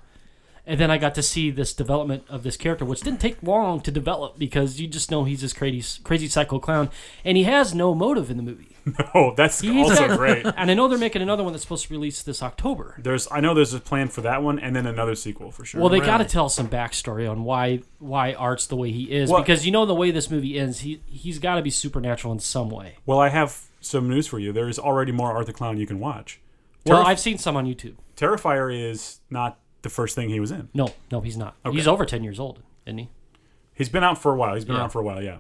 S2: And then I got to see this development of this character, which didn't take long to develop because you just know he's this crazy, crazy psycho clown, and he has no motive in the movie.
S1: (laughs) Oh, that's
S2: He's
S1: also
S2: got-
S1: great.
S2: And I know they're making another one that's supposed to release this October.
S1: There's I know there's a plan for that one and then another sequel for sure.
S2: Well, they got to
S3: Right.
S2: tell some backstory on why why Art's the way he is
S1: Well-
S2: because you know the way this movie ends, he he's got to be supernatural in some way.
S1: well, I have some news for you. There is already more Art the Clown you can watch.
S2: Well,
S1: Terrif-
S2: I've seen some on YouTube.
S1: Terrifier is not the first thing he was in.
S2: No, no, he's not.
S1: Okay.
S2: He's over ten years old, isn't he?
S1: He's been out for a while. He's been
S2: Yeah.
S1: around for a while. Yeah.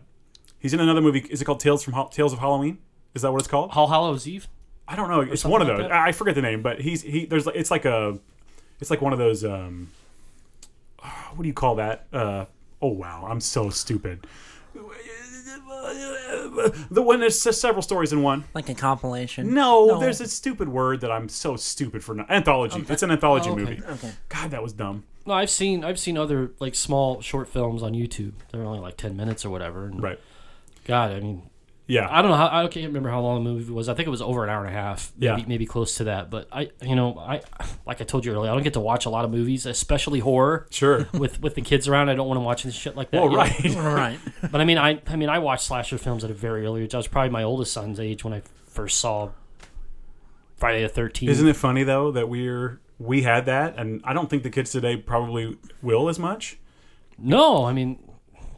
S1: He's in another movie. Is it called Tales from Hall Tales of Halloween? Is that what it's called?
S2: Hall Hallows Eve.
S1: I don't know. It's one of
S2: something
S1: those.
S2: like that?
S1: I I forget the name, but he's he. There's like it's like a, it's like one of those. Um, what do you call that? Uh, oh wow, I'm so stupid. The one there's s- several stories in one.
S3: Like a compilation.
S1: No,
S3: No.
S1: there's a stupid word that I'm so stupid for. Not, anthology. It's an anthology
S2: Oh, okay.
S1: movie.
S3: Okay.
S1: God, that was dumb.
S2: No, I've seen I've seen other like small short films on YouTube. They're only like ten minutes or whatever. And
S1: Right.
S2: God, I mean,
S1: Yeah.
S2: I don't know how I can't remember how long the movie was. I think it was over an hour and a half. Maybe,
S1: Yeah.
S2: maybe close to that. But I, you know, I like I told you earlier, I don't get to watch a lot of movies, especially
S1: (laughs)
S2: horror. (laughs)
S1: sure.
S2: With with the kids around, I don't want to watch this shit like that.
S1: Well,
S2: you know?
S1: right.
S3: All right.
S1: (laughs)
S2: But I mean, I I mean, I watched slasher films at a very early age. I was probably my oldest son's age when I first saw Friday the Thirteenth.
S1: Isn't it funny though that we're we had that, and I don't think the kids today probably will as much.
S2: No, I mean,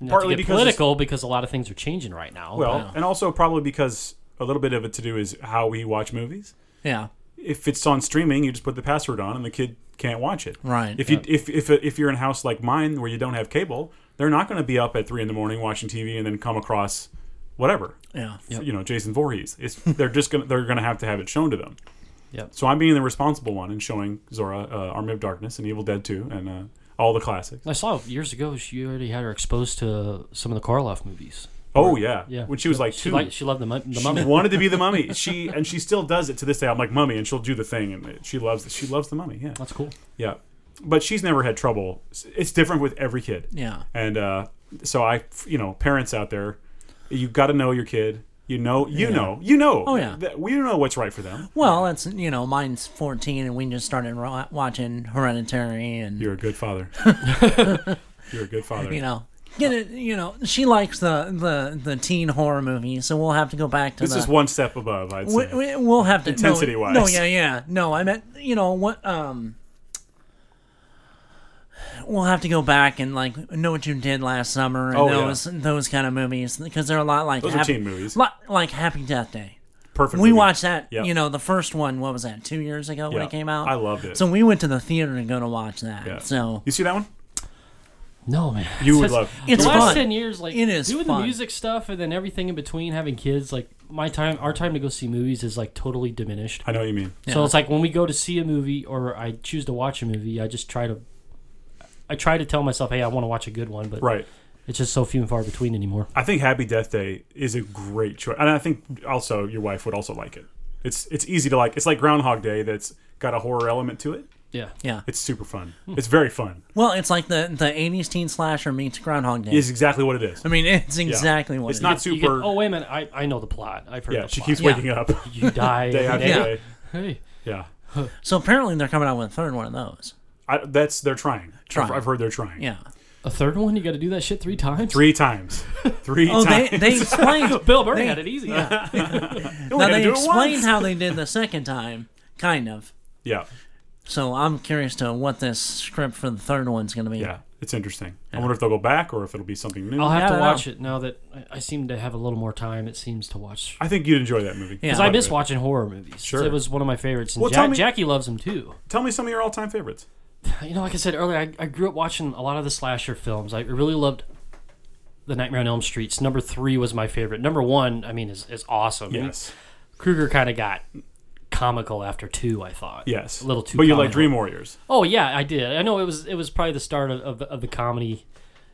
S2: not
S1: Partly
S2: to get
S1: because it's-
S2: political because a lot of things are changing right now.
S1: Well,
S2: but-
S1: and also probably because a little bit of it to do is how we watch movies.
S3: Yeah.
S1: If it's on streaming, you just put the password on, and the kid can't watch it.
S3: Right.
S1: If you if if if you're in a house like mine where you don't have cable, they're not going to be up at three in the morning watching TV and then come across whatever
S3: Yeah.
S1: you know Jason Voorhees. It's, (laughs) they're just gonna they're gonna have to have it shown to them.
S2: Yep.
S1: So I'm being the responsible one and showing Zora, uh, Army of Darkness, and Evil Dead Two, and uh, all the classics.
S2: I saw years ago she already had her exposed to some of the Karloff movies.
S1: Oh yeah,
S2: Yeah,
S1: When she was like
S2: she
S1: two,
S2: liked, she loved the mu-
S1: (laughs)
S2: the
S1: she
S2: mummy.
S1: wanted to be the mummy. She and she still does it to this day. I'm like mummy, and she'll do the thing, and it- she loves she loves the mummy. Yeah,
S2: That's cool.
S1: yeah. But she's never had trouble. It's different with every kid.
S3: Yeah.
S1: And uh, so I, you know, parents out there, you got to know your kid. You know, you know, you know.
S3: Oh, yeah.
S1: That- we know what's right for them.
S3: Well, that's you know, mine's 14, and we just started ro- watching Hereditary, and
S1: You're a good
S3: (laughs)
S1: father. You're a good father.
S3: you know, get it. You know, she likes the the the teen horror movie, so we'll have to go back to
S1: this
S3: the,
S1: is one step above. I'd
S3: we,
S1: say.
S3: we, we'll have to no,
S1: Intensity-wise.
S3: No, yeah, yeah. No, I meant you know what. Um, we'll have to go back and like know what you did last summer and
S1: Oh, yeah.
S3: those those kind of movies because they're a lot like
S1: Those are
S3: happy,
S1: teen movies.
S3: lot, like Happy Death Day.
S1: Perfect.
S3: We
S1: movie.
S3: watched that.
S1: Yeah.
S3: You know, the first one. What was that? Two years ago when
S1: Yeah.
S3: it came out.
S1: I loved it.
S3: So we went to the theater to go to watch that.
S1: Yeah.
S3: So
S1: you see that one?
S2: No man,
S1: You would
S2: Just-
S1: love.
S3: It's
S2: the
S3: fun.
S2: last ten years, like
S3: It is
S2: doing
S3: fun.
S2: the music stuff and then everything in between, having kids. Like my time, our time to go see movies is like totally diminished.
S1: I know what you mean.
S2: So it's like when we go to see a movie or I choose to watch a movie, I just try to. I try to tell myself, hey, I want to watch a good one, but
S1: Right.
S2: it's just so few and far between anymore.
S1: I think Happy Death Day is a great choice, and I think also your wife would also like it. It's it's easy to like. It's like Groundhog Day that's got a horror element to it.
S2: Yeah.
S3: yeah.
S1: It's super fun.
S3: Hmm.
S1: It's very fun.
S3: Well, it's like the the 80s teen slasher meets Groundhog Day.
S1: It's exactly what it is.
S3: I mean, it's exactly what
S1: It's
S3: it
S1: not
S3: is.
S2: You get-
S1: super.
S2: oh wait a minute, I, I know the plot. I've heard.
S1: yeah,
S2: the
S1: she
S2: plot.
S1: keeps
S3: Yeah.
S1: waking up (laughs)
S2: You die
S1: day
S2: every
S1: after
S2: day.
S3: Yeah.
S1: day.
S2: Hey,
S1: Yeah,
S3: So apparently they're coming out with a third one of those.
S1: I, that's they're trying. I've-
S3: Trying.
S1: I've, heard they're trying.
S3: Yeah.
S2: a third one? You got to do that shit three times.
S1: three times, three
S3: Oh, they
S1: times. (laughs)
S3: they explained.
S2: Bill Burr
S3: They-
S2: had it easy.
S1: You only
S3: now
S1: gotta
S3: they
S1: do it
S3: explained
S1: once.
S3: how they did the second time, kind of.
S1: Yeah,
S3: So I'm curious to what this script for the third one's going to be.
S1: yeah, it's interesting. I wonder if they'll go back or if it'll be something new.
S2: I'll have
S3: Yeah, I
S2: to
S3: know.
S2: watch it now that I- I seem to have a little more time. It seems to watch
S1: I think you'd enjoy that movie.
S3: Yeah.
S2: because I miss watching horror movies.
S1: Sure.
S2: it was one of my favorites. And
S1: Well,
S2: Ja-
S1: tell me-
S2: Jackie loves them too.
S1: Tell me some of your all-time favorites.
S2: you know, like I said earlier, I, I grew up watching a lot of the slasher films. I really loved the Nightmare on Elm Streets. Number three was my favorite. Number one, I mean, is is awesome. And
S1: Yes.
S2: Krueger kind of got comical after two. I thought.
S1: Yes.
S2: A little too.
S1: But you like
S2: comical.
S1: Dream Warriors.
S2: Oh yeah, I did. I know it was it was probably the start of of, the- of the comedy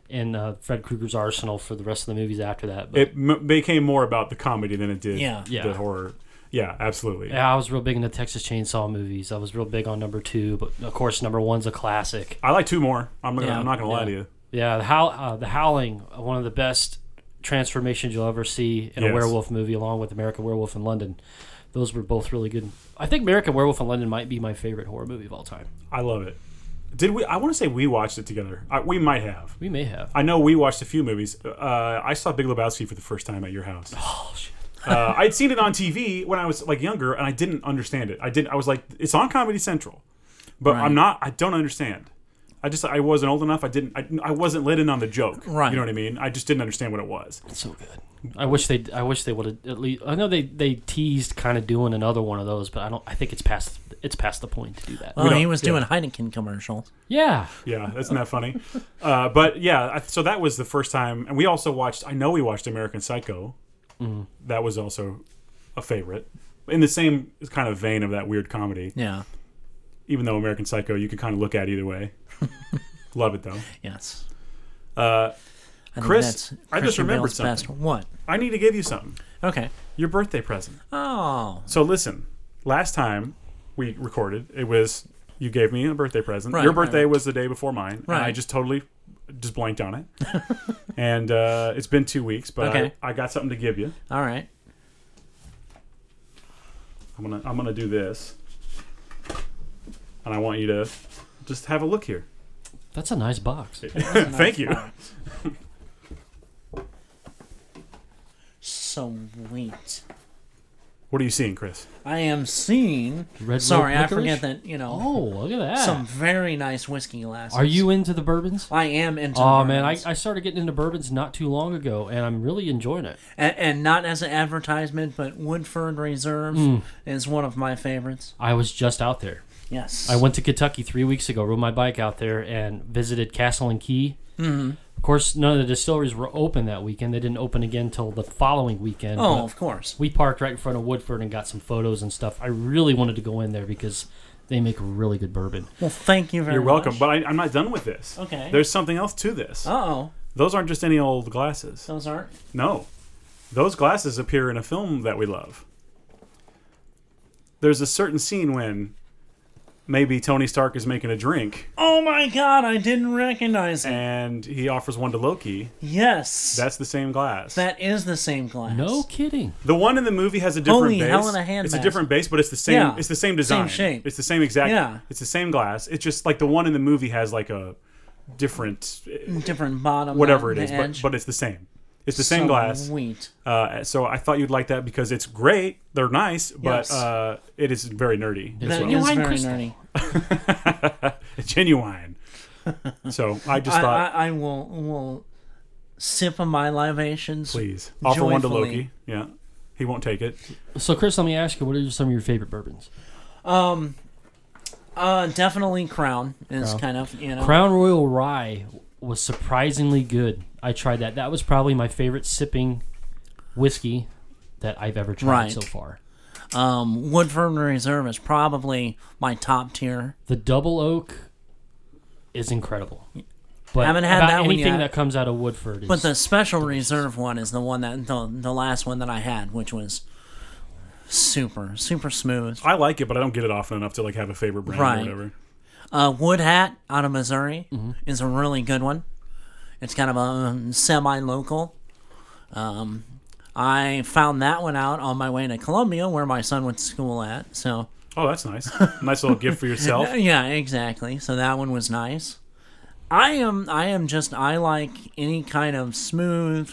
S2: in uh, Fred Krueger's arsenal for the rest of the movies after that. But
S1: It m- became more about the comedy than it did
S3: Yeah.
S1: the
S2: Yeah.
S1: horror. Yeah, absolutely.
S2: yeah, I was real big into Texas Chainsaw movies. I was real big on number two, but of course, number one's a classic.
S1: I like two more. I'm, gonna,
S3: Yeah.
S1: I'm not going to lie to you.
S2: Yeah, the Howl, uh, the Howling, uh, one of the best transformations you'll ever see in a
S1: Yes.
S2: werewolf movie, along with American Werewolf in London. Those were both really good. I think American Werewolf in London might be my favorite horror movie of all time.
S1: I love it. Did we? I want to say we watched it together. I, we might have.
S2: We may have.
S1: I know we watched a few movies. Uh, I saw Big Lebowski for the first time at your house.
S2: Oh shit!
S1: Uh, I'd seen it on TV when I was like younger, and I didn't understand it. I didn't. I was like, it's on Comedy Central, but
S3: Right.
S1: I'm not. I don't understand. I just I wasn't old enough. I didn't. I, I wasn't lit in on the joke.
S3: Right.
S1: You know what I mean? I just didn't understand what it was.
S2: It's so good. I wish they. I wish they would have at least. I know they they teased kind of doing another one of those, but I don't. I think it's past. It's past the point to do that.
S3: Well, Oh, he
S1: don't-
S3: was
S1: yeah.
S3: doing Heineken commercials.
S2: yeah.
S1: Yeah, isn't that funny? Uh, but yeah, I, so that was the first time, and we also watched. I know we watched American Psycho. That was also a favorite, in the same kind of vein of that weird comedy.
S3: Yeah.
S1: Even though American Psycho, you could kind of look at either
S3: (laughs)
S1: way. Love it though.
S3: Yes.
S1: Uh,
S3: I think
S1: Chris,
S3: that's
S1: I just
S3: Christian
S1: remembered
S3: Bale's best- What?
S1: I need to give you something.
S3: Okay.
S1: Your birthday present.
S3: Oh,
S1: So listen, last time we recorded, it was you gave me a birthday present.
S3: Right,
S1: Your
S3: right,
S1: birthday was the day before mine, and I
S3: Right.
S1: just totally just blanked
S3: (laughs)
S1: on it. and uh, it's been two weeks, but
S3: Okay.
S1: I, I got something to give you.
S3: all right.
S1: I'm gonna I'm gonna do this, and I want you to just have a look here.
S2: That's a nice box.
S1: (laughs) Thank you.
S3: (laughs) Sweet.
S1: What are you seeing, Chris?
S3: I am seeing.
S2: Red
S3: sorry,
S2: Rope
S3: I forget
S2: Licorice?
S3: that. You know,
S2: Oh, look at that.
S3: some very nice whiskey glasses.
S2: Are you into the bourbons?
S3: I am into.
S2: Oh man, I,
S3: bourbons.
S2: I started getting into bourbons not too long ago, and I'm really enjoying it.
S3: and, and not as an advertisement, but Woodford Reserve
S2: Mm.
S3: is one of my favorites.
S2: I was just out there.
S3: Yes,
S2: I went to Kentucky three weeks ago, rode my bike out there, and visited Castle and Key. Mm-hmm. Of course, none of the distilleries were open that weekend. They didn't open again till the following weekend.
S3: Oh,
S2: but-
S3: of course.
S2: we parked right in front of Woodford and got some photos and stuff. I really wanted to go in there because they make really good bourbon.
S3: Well, thank you very.
S1: You're welcome,
S3: much.
S1: but I, I'm not done with this.
S3: Okay.
S1: There's something else to this.
S3: Uh oh,
S1: Those aren't just any old glasses.
S3: those aren't.
S1: No. Those glasses appear in a film that we love. There's a certain scene when maybe Tony Stark is making a drink
S3: Oh my God! I didn't recognize it.
S1: and he offers one to Loki.
S3: Yes,
S1: Eh. That's the same glass.
S3: that is the same glass.
S2: No kidding.
S1: the one in the movie has a different
S3: Holy
S1: base.
S3: hell in a handbasket.
S1: it's a different base, but it's the same
S3: Yeah.
S1: it's the same design.
S3: shape.
S1: It's the same exact
S3: Yeah.
S1: it's the same glass. It's just like the one in the movie has like a different eh,
S3: different bottom.
S1: whatever it
S3: on the
S1: is, but,
S3: edge.
S1: but it's the same. It's the same glass.
S3: Sweet.
S1: Uh, so I thought you'd like that because it's great. They're nice, but
S3: Yes.
S1: uh, it is very nerdy. as
S3: That
S1: well.
S3: is
S2: Wine
S3: very
S2: crystal.
S3: nerdy.
S1: (laughs) Genuine. so I just
S3: I, I,
S1: thought,
S3: I will will sip of my libations.
S1: please offer one to
S3: Joyfully.
S1: Loki. Yeah, he won't take it.
S2: So, Chris, let me ask you, what are some of your favorite bourbons?
S3: Um, uh, definitely Crown is kind of you know.
S2: Crown Royal Rye was surprisingly good. I tried that. That was probably my favorite sipping whiskey that I've ever tried
S3: Right.
S2: so far.
S3: Um, Woodford Reserve is probably my top tier.
S2: The double oak is incredible. But
S3: Haven't had
S2: about
S3: that one
S2: anything
S3: yet.
S2: that comes out of Woodford is
S3: But the special reserve one is the one that the, the last one that I had, which was super super smooth.
S1: I like it, but I don't get it often enough to like have a favorite brand
S3: Right.
S1: or whatever.
S3: Uh, Wood Hat out of Missouri is a really good one. It's kind of a um, semi-local. Um, I found that one out on my way to Columbia, where my son went to school at. So
S1: Oh, that's nice. nice little gift for
S3: (laughs)
S1: yourself.
S3: yeah, exactly. So that one was nice. I am I am just I like any kind of smooth,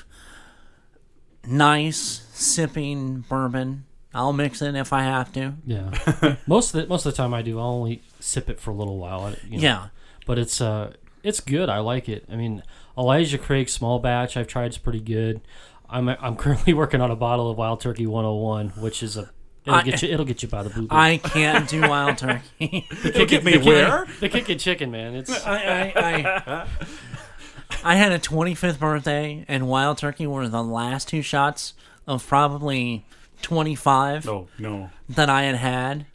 S3: nice sipping bourbon. I'll mix it if I have to.
S2: yeah. (laughs) most of the, most of the time I do. I'll only sip it for a little while. I- you know.
S3: Yeah.
S2: but it's uh it's good. I like it. I mean, Elijah Craig small batch (laughs) I've tried is pretty good. I'm I'm currently working on a bottle of Wild Turkey 101, which is a It'll
S3: I-
S2: get you. It'll get you by the blue.
S3: I can't do wild turkey.
S1: It'll get me where?
S2: The kicking chicken, man. It's
S3: I, I, I, I had a 25th birthday, and Wild Turkey were the last two shots of probably 25
S1: Oh no,
S3: that I had had,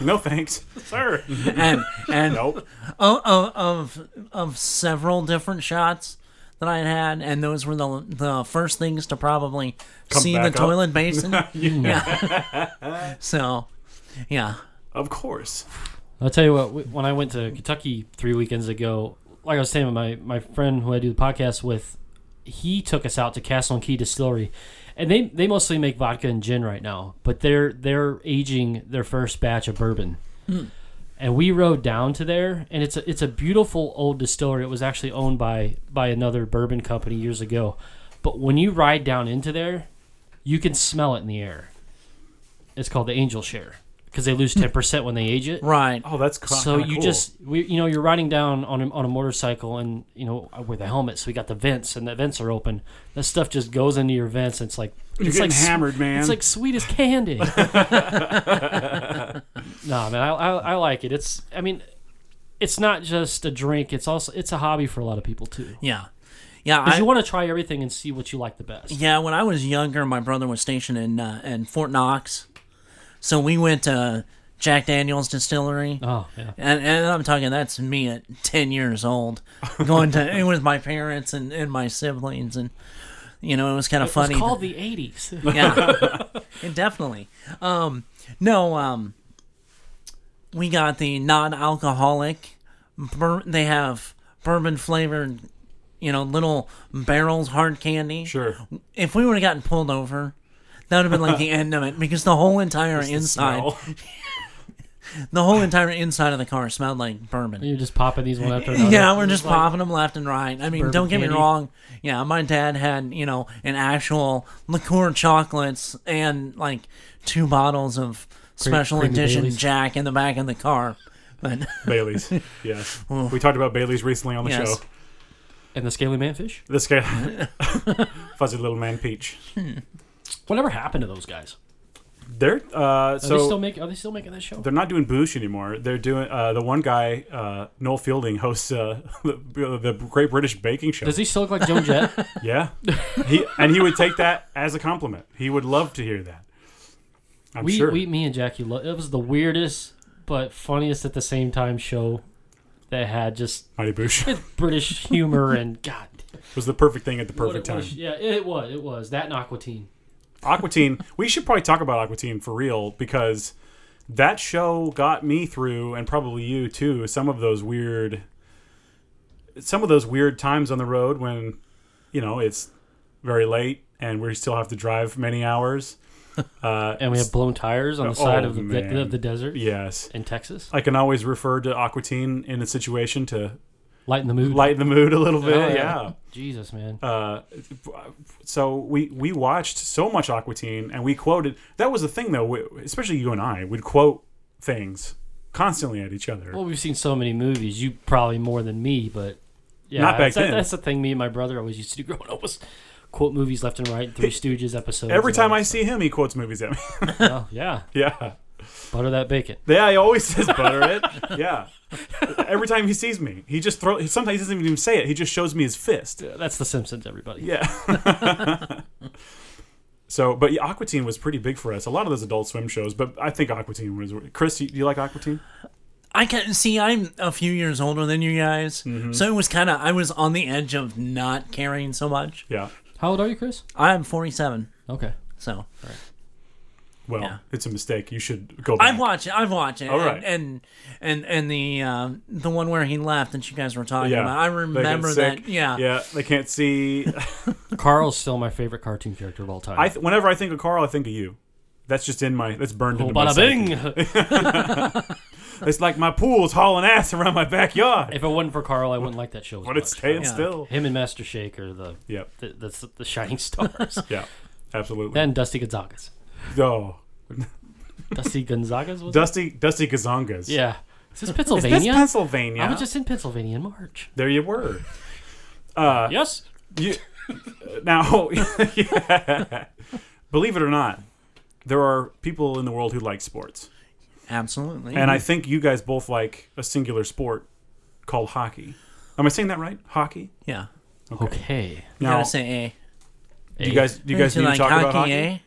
S1: no
S3: (laughs)
S1: thanks, sir.
S3: and and
S1: (laughs) Nope.
S3: o- o- of of several different shots that I had had, and those were the the first things to probably
S1: Come
S3: see the
S1: back up.
S3: toilet basin. Yeah. (laughs) so, yeah.
S1: Of course.
S2: I'll tell you what. wh- When I went to Kentucky three weekends ago, like I was saying, my my friend who I do the podcast with, he took us out to Castle and Key Distillery, and they they mostly make vodka and gin right now, but they're they're aging their first batch of bourbon. And we rode down to there, and it's a it's a beautiful old distillery. It was actually owned by by another bourbon company years ago, but when you ride down into there, you can smell it in the air. It's called the Angel Share because they lose ten percent when they age it.
S3: Right.
S1: Oh, that's ki-
S2: So
S1: kinda
S2: you
S1: cool.
S2: just we, you know you're riding down on a, on a motorcycle and you know uh, with a helmet, so we got the vents and the vents are open. That stuff just goes into your vents. And it's like
S1: You're
S2: it's
S1: getting
S2: like s-
S1: hammered, man.
S2: It's like sweet
S1: (laughs)
S2: as candy. (laughs) nah, man, I, I I like it. It's I mean, it's not just a drink. It's also it's a hobby for a lot of people too.
S3: Yeah. Yeah.
S2: 'Cause
S3: I,
S2: you want to try everything and see what you like the best.
S3: Yeah, when I was younger, my brother was stationed in uh, in Fort Knox, so we went to Jack Daniel's Distillery,
S2: Oh yeah.
S3: and, and I'm talking that's me at ten years old, going to it was my parents and, and my siblings, and you know it was kind of funny.
S2: It's called
S3: (laughs)
S2: the '80s.
S3: yeah, it definitely. Um, no, um, we got the non-alcoholic. Bur- they have bourbon flavored, you know, little barrels, hard candy
S1: sure.
S3: if we would have gotten pulled over, that would have been like the end of it because the whole entire inside,
S1: Smell.
S3: the, whole entire inside of the car smelled like bourbon.
S2: You're just popping these one
S3: (laughs)
S2: after another.
S3: Yeah, we're just popping them left and right. I mean,
S2: Bourbon
S3: don't get me
S2: candy.
S3: wrong. Yeah, my dad had you know an actual liqueur chocolates and like two bottles of special
S2: creamy
S3: edition
S2: Baileys.
S3: Jack in the back of the car. But (laughs)
S1: Bailey's. Yes. we talked about Bailey's recently on the
S3: Yes.
S1: show.
S2: And the scaly manfish.
S1: This guy,
S3: (laughs)
S1: (laughs) fuzzy little man, Peach.
S2: Whatever happened to those guys?
S1: They're uh,
S2: Are
S1: so
S2: they still make? Are they still making that show?
S1: they're not doing Boosh anymore. They're doing uh, the one guy, uh, Noel Fielding, hosts uh, (laughs) the, the Great British Baking Show.
S2: Does he still look like Joan Jett?
S1: (laughs) yeah, he and he would take that as a compliment. He would love to hear that. I'm
S2: we,
S1: sure.
S2: we, me and Jackie, lo- it was the weirdest but funniest at the same time show that had just
S1: Mighty Boosh
S2: (laughs) British humor and God.
S1: was the perfect thing at the
S2: what
S1: perfect
S2: it
S1: time.
S2: was- yeah, it was. It was that and Aquatine.
S1: Aquatine. We should probably talk about Aquatine for real because that show got me through, and probably you too, some of those weird, some of those weird times on the road when, you know, it's very late and we still have to drive many hours. Uh,
S2: And we have blown tires on the
S1: Oh,
S2: side of the, de-
S1: man.
S2: of the desert
S1: yes,
S2: in Texas.
S1: I can always refer to Aquatine in a situation to
S2: Lighten the mood.
S1: lighten the mood a little bit.
S2: Oh,
S1: yeah.
S2: Jesus, man.
S1: uh, so we we watched so much Aquatine, and we quoted. That was the thing, though. We, especially you and I would quote things constantly at each other.
S2: well, we've seen so many movies. You probably more than me, but yeah,
S1: Not back
S2: that's, that-
S1: then.
S2: that's the thing. Me and my brother always used to do (laughs) growing up was quote movies left and
S1: (laughs)
S2: right, Three Stooges episodes.
S1: Every
S2: and all
S1: time I
S2: (laughs) that
S1: see him, he quotes movies at me. (laughs)
S2: stuff. yeah,
S1: yeah,
S2: butter that bacon.
S1: yeah. He always says butter
S3: (laughs)
S1: it. Yeah. Every time he sees me, he just throws. Sometimes he doesn't even say it. He just shows me his fist.
S2: That's The Simpsons, everybody.
S1: Yeah. (laughs) So, but yeah, Aquatine was pretty big for us. A lot of those Adult Swim shows, but I think Aquatine was. Chris, you, do you like Aquatine?
S3: I can see I'm a few years older than you guys, so it was kind of I was on the edge of not caring so much.
S1: Yeah.
S2: How old are you, Chris?
S3: I'm 47,
S2: Okay.
S3: so.
S1: Well,
S3: Yeah.
S1: it's a mistake. You should go back.
S3: I've watched it. I've watched it.
S1: All
S3: and,
S1: right.
S3: and and and the uh, the one where he left that you guys were talking
S1: Yeah,
S3: about. I
S1: They get
S3: remember
S1: sick.
S3: that. Yeah.
S1: yeah, they can't see.
S2: Carl's still my favorite cartoon character of all time.
S1: I th- whenever I think of Carl, I think of you. That's just in my. That's burned
S2: Oh,
S1: into my.
S2: bada bing!
S1: Psyche. (laughs) It's like my pool's hauling ass around my backyard,
S2: if it wasn't for Carl, I wouldn't like that show. as
S1: but it's
S2: much.
S1: staying
S3: Yeah.
S1: still.
S2: Him and Master Shake are the
S1: Yep.
S2: the, the, the
S1: (laughs)
S2: shining stars.
S1: Yeah. Absolutely.
S2: then Dusty Gonzaga's.
S1: Oh,
S2: Dusty
S1: (laughs)
S2: Gonzaga's was.
S1: Dusty Dusty Gazongas.
S2: yeah. Is
S1: (laughs)
S2: this
S1: Is this
S2: Pennsylvania?
S1: Pennsylvania?
S2: I was just in Pennsylvania in March.
S1: there. You were. Uh,
S2: Yes.
S1: (laughs) you, now, believe it or not, there are people in the world who like sports,
S3: Absolutely.
S1: and I think you guys both like a singular sport called hockey. Am I saying that right? Hockey.
S3: yeah.
S2: Okay.
S3: I
S1: Now,
S3: gotta say
S1: do you guys do
S3: A.
S1: you guys
S3: You
S1: need
S3: like
S1: to talk about hockey?
S3: eh?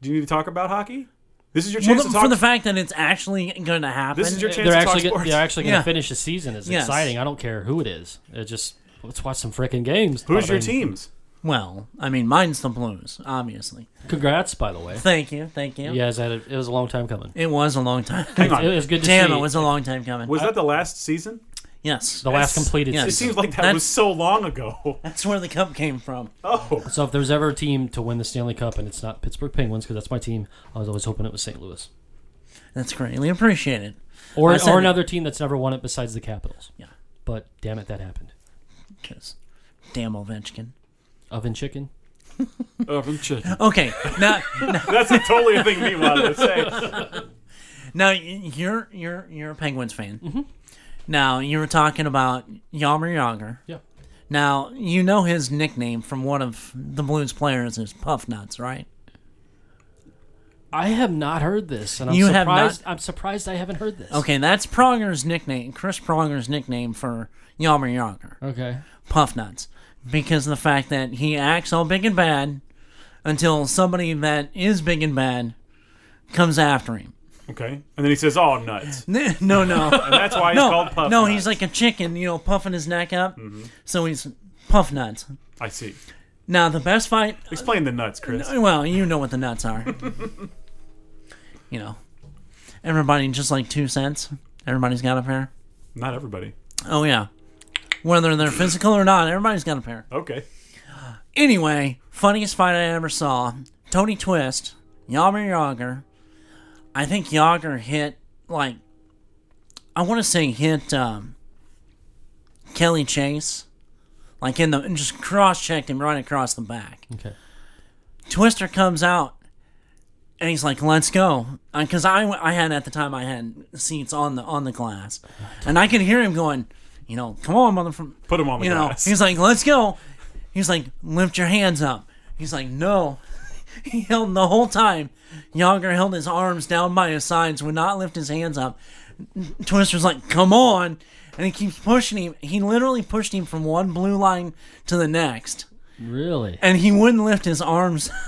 S1: Do you need to talk about hockey? This is your
S3: Well,
S1: chance
S3: the-
S1: to talk.
S3: for the fact that it's actually going to happen.
S1: This is your chance
S2: They're
S1: to talk
S2: actually, gonna,
S1: sports.
S2: they're actually going to
S3: Yeah.
S2: finish the season. It's
S3: Yes.
S2: exciting. I don't care who it is. It just let's watch some freaking games.
S1: Who's
S2: Bada
S1: your
S2: bing.
S1: teams?
S3: Well, I mean, mine's the Blues, obviously.
S2: Congrats, by the way.
S3: Thank you, thank you.
S2: Yeah, it's had a, it was a long time coming.
S3: It was a long time.
S1: Hang on.
S2: It was (laughs) good to
S3: Damn,
S2: see.
S3: it was a long time coming.
S1: Was that the last season?
S3: yes,
S2: the last completed
S3: Yes.
S1: It
S2: season.
S1: seems like that
S3: That's-
S1: was so long ago. (laughs)
S3: that's where the cup came from.
S1: Oh,
S2: So if there's ever a team to win the Stanley Cup and it's not Pittsburgh Penguins because that's my team, I was always hoping it was St. Louis
S3: That's greatly appreciated.
S2: or
S3: I said-
S2: or another team that's never won it besides the Capitals.
S3: Yeah.
S2: But damn it, that happened.
S3: Because, damn Ovechkin.
S2: Oven chicken.
S1: (laughs)
S3: Okay, (laughs) now,
S1: that's a totally a thing me wanted to say.
S3: now y- you're you're you're a Penguins fan.
S1: Mm-hmm.
S3: Now you were talking about Yammer Yager.
S2: Yeah.
S3: Now you know his nickname from one of the Blues players is Puff Nuts, right?
S2: I have not heard this, and I'm
S3: You have not-
S2: surprised. I'm surprised I haven't heard this.
S3: Okay, that's Pronger's nickname, Chris Pronger's nickname for Yammer Yager.
S2: Okay.
S3: puff nuts because of the fact that he acts all big and bad until somebody that is big and bad comes after him. (laughs)
S1: Okay, and then he says, "Oh, nuts."
S3: N- No, no,
S1: And that's why he's (laughs) called
S3: no,
S1: Puff.
S3: no.
S1: Nuts. Mm-hmm.
S3: He's like a chicken, you know, puffing his neck up. So he's puff nuts.
S1: I see.
S3: Now the best fight.
S1: Explain the nuts, Chris.
S3: Well, you know what the nuts are. (laughs) you know, everybody just like two cents. Everybody's got a pair.
S1: Not everybody.
S3: Oh yeah, whether they're physical or not, everybody's got a pair.
S1: Okay.
S3: Anyway, funniest fight I ever saw. Tony Twist, Yammer Yager. I think Yager hit like I want to say hit um, Kelly Chase, like in the and just cross checked him right across the back.
S2: Okay.
S3: Twister comes out and he's like, "Let's go," because I I had at the time I had seats on the on the glass, and I could hear him going, you know, "Come on, motherfucker."
S1: Put him on the
S3: you know,
S1: glass.
S3: he's like, let's go. He's like, lift your hands up. He's like, no. (laughs) He held him the whole time. Yager held his arms down by his sides, would not lift his hands up. Twister's like, come on. And he keeps pushing him. He literally pushed him from one blue line to the next.
S2: Really?
S3: And he wouldn't lift his arms. (laughs)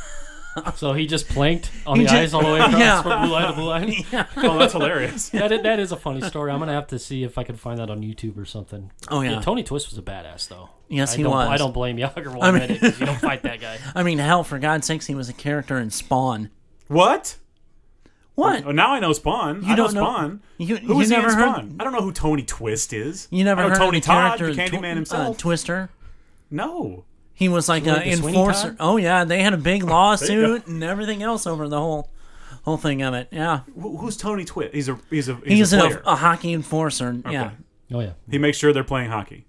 S2: So he just planked on
S3: He
S2: the
S3: ju-
S2: ice all the way across
S3: Yeah.
S2: from blue line to blue
S3: (laughs)
S2: line.
S1: oh, that's hilarious.
S2: That i- that is a funny story. I'm gonna have to see if I can find that on YouTube or something.
S3: Oh, yeah.
S2: Tony Twist was a badass though.
S3: Yes,
S2: I
S3: he
S2: don't,
S3: was.
S2: I don't blame Yager one
S3: mean-
S2: minute 'cause you don't fight that guy.
S3: I mean, hell, for God's sakes, he was a character in Spawn.
S1: What?
S3: What?
S1: Oh, now I know Spawn. You I know
S3: don't know-
S1: Spawn.
S3: You,
S1: Who
S3: you
S1: is
S3: never
S1: he in
S3: heard?
S1: Spawn? I don't know who Tony Twist is.
S3: You never
S1: I know
S3: heard
S1: Tony
S3: of the
S1: Todd,
S3: character
S1: the Candyman
S3: Twi-
S1: himself.
S3: uh, Twister.
S1: no.
S3: He was like an
S2: Like the Sweeney
S3: enforcer.
S2: Todd?
S3: Oh yeah, they had a
S1: (laughs)
S3: big
S1: There you
S3: lawsuit and everything else over the whole whole thing of it. Yeah,
S1: Who- Who's Tony Twist? He's a he's a he's,
S3: he's,
S1: a
S3: a,
S1: player.
S3: a hockey enforcer. Yeah,
S1: Okay.
S2: Oh yeah.
S1: He makes sure they're playing hockey.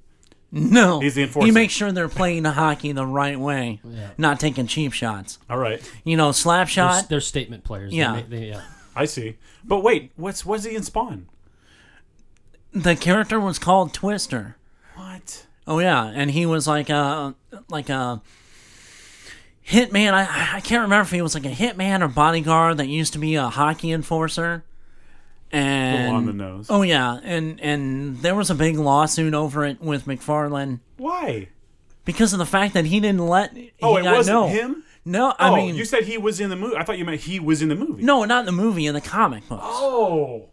S3: no,
S1: He's the enforcer.
S3: He makes sure they're playing the hockey the right way, not taking cheap shots.
S1: All right.
S3: You know, slap
S2: They're,
S3: shot.
S2: they're statement players. They
S3: Uh, Yeah.
S2: ma- they- yeah.
S1: I see. But wait, what's was he in Spawn?
S3: The character was called Twister.
S1: What?
S3: Oh yeah, and he was like a like a hitman. I I can't remember if he was like a hitman or bodyguard that used to be a hockey enforcer. And
S1: on the nose.
S3: Oh yeah, and and there was a big lawsuit over it with McFarlane
S1: Why?
S3: because of the fact that he didn't let. He
S1: Oh, it
S3: got-
S1: wasn't
S3: no.
S1: him.
S3: No, I
S1: oh,
S3: mean,
S1: you said he was in the movie. I thought you meant he was in the movie.
S3: no, not in the movie, in the comic books.
S1: Oh,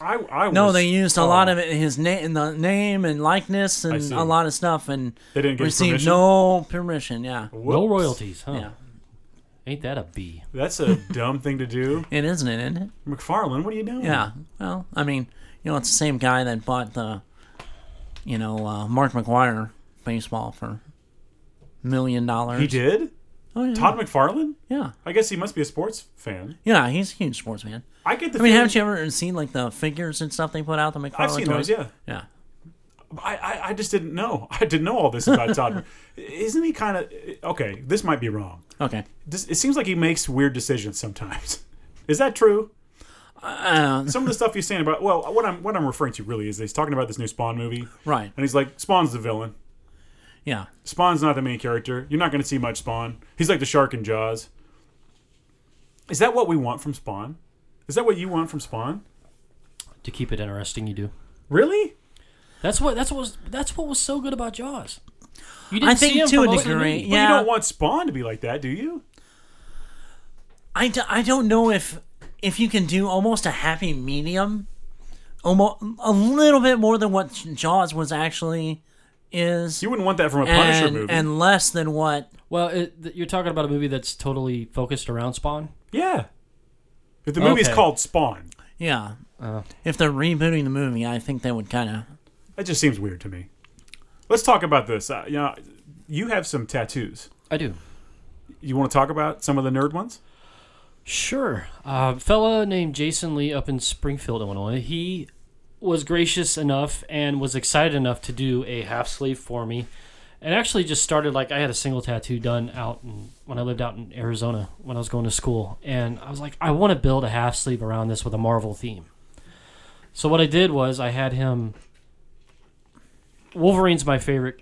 S1: I, I was,
S3: no, they used a
S1: oh.
S3: lot of it- his name, the name and likeness, and
S1: see.
S3: a lot of stuff, and
S1: They didn't get
S3: received
S1: permission?
S3: no permission. Yeah,
S2: No
S1: Whoops.
S2: royalties, huh?
S3: yeah,
S2: Ain't that a B?
S1: That's
S3: (laughs)
S1: a dumb thing to do,
S3: it isn't it, isn't it?
S1: McFarlane. What are you doing?
S3: Yeah. Well, I mean, you know, it's the same guy that bought the, you know, uh, Mark McGuire baseball for million dollars.
S1: he did.
S3: Oh, yeah.
S1: Todd McFarlane.
S3: yeah.
S1: I guess he must be a sports fan.
S3: Yeah, he's a huge sports fan.
S1: I get the.
S3: I mean,
S1: feeling-
S3: haven't you ever seen like the figures and stuff they put out? The McFarlane
S1: I've seen those.
S3: toys?
S1: Yeah.
S3: yeah.
S1: I, I, I just didn't know. (laughs) I didn't know all this about
S3: (laughs)
S1: Todd. Isn't he kind of okay? This might be wrong.
S3: Okay.
S1: This, it seems like he makes weird decisions sometimes. (laughs) Is that true?
S3: Uh,
S1: Some of the stuff he's saying about well, what I'm what I'm referring to really is he's talking about this new Spawn movie,
S3: right.
S1: and he's like, Spawn's the villain.
S3: Yeah.
S1: Spawn's not the main character. You're not going to see much Spawn. He's like the shark in Jaws. Is that what we want from Spawn? Is that what you want from Spawn?
S2: To keep it interesting, you do.
S1: Really?
S2: That's what that's what was that's what was so good about Jaws. You
S3: I think
S2: him
S3: to
S2: for
S3: a
S2: most of the
S3: degree,
S2: movie.
S1: But you
S3: Yeah.
S1: don't want Spawn to be like that, do you?
S3: I, d- I don't know if if you can do almost a happy medium, almost a little bit more than what Jaws was actually is,
S1: You wouldn't want that from a Punisher
S3: and,
S1: movie.
S3: and less than what
S2: Well, it, th- you're talking about a movie that's totally focused around Spawn.
S1: yeah. If the movie's
S2: Okay.
S1: called Spawn,
S3: yeah. if they're rebooting the movie, I think they would kind of
S1: that just seems weird to me. Let's talk about this. Uh, you, know, you have some tattoos.
S2: I do.
S1: You want to talk about some of the nerd ones?
S2: Sure. Uh, fella named Jason Lee up in Springfield, Illinois. He was gracious enough and was excited enough to do a half sleeve for me. And actually just started like I had a single tattoo done out in, when I lived out in Arizona when I was going to school. And I was like, I want to build a half sleeve around this with a Marvel theme. So what I did was I had him Wolverine's my favorite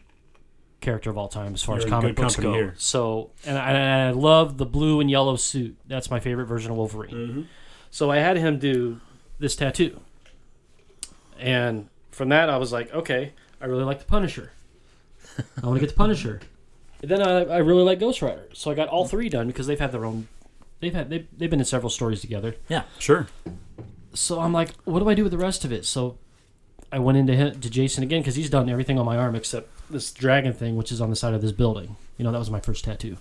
S2: character of all time as far
S1: You're
S2: as
S1: in
S2: comic
S1: good
S2: books go.
S1: company here.
S2: So and I, and I love the blue and yellow suit. That's my favorite version of Wolverine.
S1: Mm-hmm.
S2: So I had him do this tattoo. And from that I was like, okay, I really like the Punisher. I want to get the Punisher. And then I, I really like Ghost Rider. So I got all three done because they've had their own they've had they've, they've been in several stories together
S3: yeah.
S1: Sure.
S2: so I'm like, what do I do with the rest of it? So I went into him, to Jason again because he's done everything on my arm except this dragon thing, which is on the side of this building. You know, that was my first tattoo.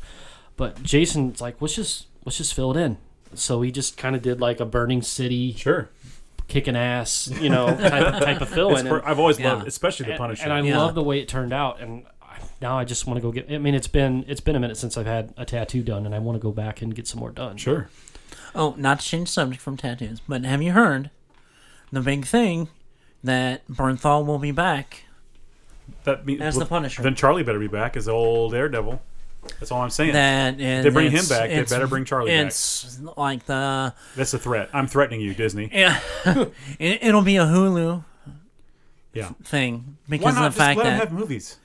S2: But Jason's like, let's just let's just fill it in. So he just kind of did like a burning city,
S1: Sure.
S2: kicking ass, you know, type of, type of fill
S1: It's
S2: in.
S1: per- I've always
S3: Yeah.
S1: loved, especially the
S2: And-
S1: Punisher.
S2: And, I
S3: Yeah.
S2: love the way it turned out. And I, now I just want to go get. I mean, it's been it's been a minute since I've had a tattoo done, and I want to go back and get some more done.
S1: sure.
S3: Oh, not to change subject from tattoos, but have you heard the big thing that Bernthal will be back?
S1: That means
S3: As the Punisher.
S1: Then Charlie better be back as old Daredevil. That's all I'm saying.
S3: That is,
S1: They bring him
S3: it's-
S1: back, they
S3: it's-
S1: better bring Charlie back.
S3: It's like the
S1: That's a threat. I'm threatening you, Disney.
S3: yeah, (laughs) it, it'll be a Hulu
S1: Yeah.
S3: thing
S1: Why
S3: because
S1: not
S3: of
S1: just
S3: the fact
S1: let
S3: that
S1: them have movies?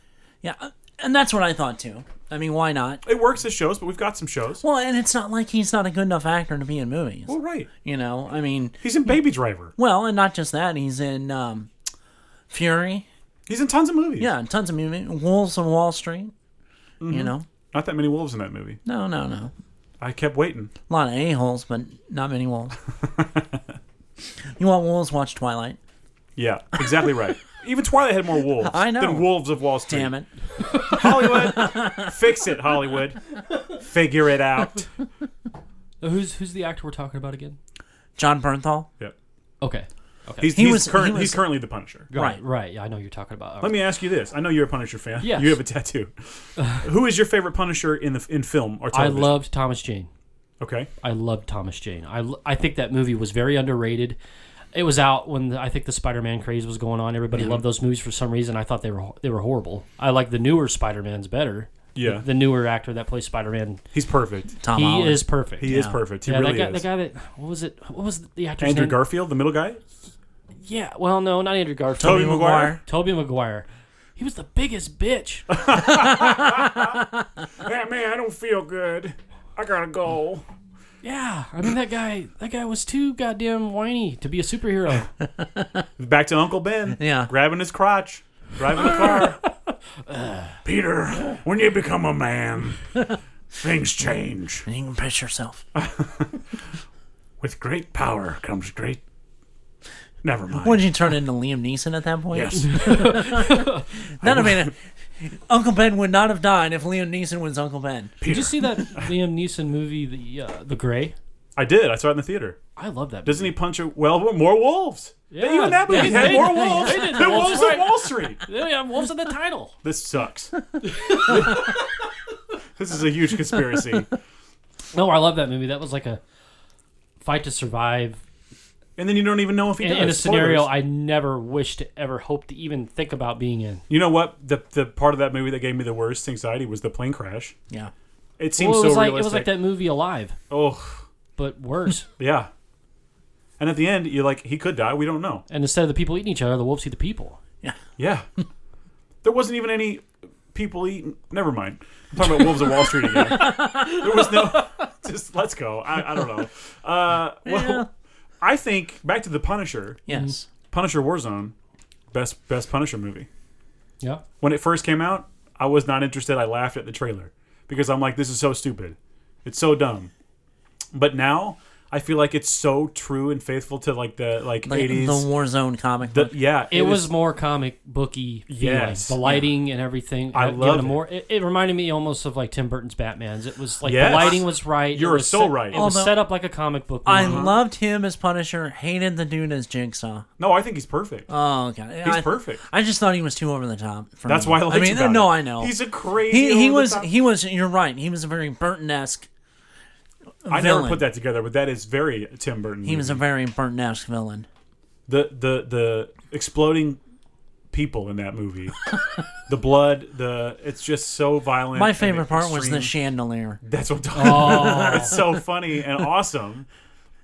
S3: yeah, and that's what I thought too. I mean, why not?
S1: It works as shows, but we've got some shows.
S3: Well, and it's not like he's not a good enough actor to be in movies.
S1: Well, right.
S3: You know, I mean,
S1: He's in Baby Driver.
S3: well, and not just that, he's in um, Fury.
S1: He's in tons of movies.
S3: Yeah, and tons of movies. Wolves of Wall Street. You
S1: Mm-hmm.
S3: know,
S1: Not that many wolves in that movie.
S3: no, no, no.
S1: I kept waiting.
S3: A lot of a-holes, but not many
S1: (laughs)
S3: wolves. you want wolves? Watch Twilight.
S1: Yeah, exactly
S3: (laughs)
S1: right. Even Twilight had more wolves
S3: I know.
S1: than Wolves of Wall Street.
S3: Damn it. (laughs)
S1: Hollywood, fix it, Hollywood. Figure it out.
S2: Who's who's the actor we're talking about again?
S3: John Bernthal.
S1: Yep.
S2: Okay.
S1: He's,
S3: He
S1: he's,
S3: was-
S1: current,
S3: he was-
S1: he's currently the Punisher.
S3: Right.
S2: Right. Yeah, I know you're talking about.
S1: Let me ask you this. I know you're a Punisher fan.
S2: Yes.
S1: You have a tattoo. Who is your favorite Punisher in the in film or
S2: I
S1: television?
S2: loved Thomas Jane.
S1: Okay.
S2: I loved Thomas Jane. I, l- I think that movie was very underrated. It was out when the, I think the Spider-Man craze was going on. Everybody loved those movies for some reason. I thought they were ho- they were horrible. I like the newer Spider-Man's better.
S1: Yeah.
S2: The, the newer actor that plays Spider-Man,
S1: He's perfect.
S3: Tom
S2: he
S3: Holland.
S2: is perfect.
S1: He is
S3: Yeah.
S1: perfect. He
S2: yeah,
S1: really
S2: that guy,
S1: is.
S2: the guy that what was it? What was the actor's
S1: Andrew
S2: name?
S1: Garfield, the middle guy.
S2: yeah, well, no, not Andrew Garfield.
S1: Tobey Maguire.
S2: Toby Maguire. He was the
S1: (laughs)
S2: biggest bitch.
S1: Hey, man, I don't feel good. I gotta go.
S2: yeah, I mean that guy. That guy was too goddamn whiny to be a superhero.
S1: Back to Uncle Ben.
S3: Yeah.
S1: Grabbing his crotch. Driving the car. Peter, when you become a man, things change.
S3: You can piss yourself.
S1: With great power comes great. Never mind.
S3: What did you turn into Liam Neeson at that point?
S1: yes.
S3: That'd have been a- Uncle Ben would not have died if Liam Neeson was Uncle Ben.
S2: Did you see
S1: (laughs)
S2: that Liam Neeson movie, The uh, The Gray?
S1: I did. I saw it in the theater.
S2: I love that.
S1: Doesn't he punch a well more wolves?
S2: Yeah.
S1: Even that movie
S2: Yeah,
S1: had
S2: they-
S1: more wolves
S2: they did.
S1: than wolves
S2: That's
S1: on
S2: right.
S1: Wall Street.
S2: movie. Yeah, yeah, Wolves in the title.
S1: (laughs) This sucks. this is a huge conspiracy.
S2: No, I love that movie. That was like a fight to survive
S1: And then you don't even know if he
S2: in,
S1: does.
S2: in a
S1: Spoilers.
S2: scenario I never wished to ever hope to even think about being in.
S1: You know what? The the part of that movie that gave me the worst anxiety was the plane crash.
S3: Yeah.
S1: It
S2: Well,
S1: seems
S2: it was
S1: so
S2: like it was
S1: realistic.
S2: like that movie Alive,
S1: Oh, (laughs)
S2: but worse.
S1: yeah. And at the end, you're like, he could die. We don't know.
S2: and instead of the people eating each other, the wolves eat the people.
S1: Yeah. (laughs) there wasn't even any people eating. Never mind. I'm talking about Wolves of Wall Street again. There was no. just let's go. I, I don't know. Uh, well,
S3: Yeah.
S1: I think back to the Punisher,
S3: Yes.
S2: Mm-hmm.
S1: Punisher Warzone, best best Punisher movie.
S2: Yeah.
S1: When it first came out, I was not interested. I laughed at the trailer because I'm like, this is so stupid. It's so dumb. But now I feel like it's so true and faithful to like the like
S3: Like the
S1: 80s.
S3: Warzone comic
S1: the-
S3: book.
S1: yeah,
S2: It, was
S1: is-
S2: more comic booky.
S1: Yes.
S2: Yes. The lighting and everything.
S1: I
S2: had given
S1: love
S2: a
S1: it.
S2: more. It, it reminded me almost of like Tim Burton's Batman's. It was like
S1: Yes.
S2: the lighting was right.
S1: You
S2: it
S1: are
S2: was
S1: so
S2: set-
S1: right.
S2: It was
S3: Although-
S2: set up like a comic book.
S3: I
S1: Uh-huh.
S2: movie.
S3: loved him as Punisher. Hated the dude as Jigsaw.
S1: No, I think he's perfect.
S3: Oh god,
S1: he's
S3: I,
S1: perfect.
S3: I just thought he was too over the top. for
S1: That's
S3: me.
S1: why I liked
S3: I mean,
S1: about
S3: no,
S1: it.
S3: I know.
S1: He's a crazy.
S3: he he was
S1: over-the-top-
S3: he was. You're right. He was a very Burton-esque.
S1: I never
S3: villain.
S1: put that together, but that is very Tim Burton.
S3: He was a
S1: movie.
S3: very Burton-esque villain.
S1: the the the exploding people in that movie. the blood, the it's just so violent.
S3: My
S1: and
S3: favorite part was
S1: extreme.
S3: the chandelier.
S1: That's what.
S2: Oh.
S1: (laughs) it's so funny and awesome.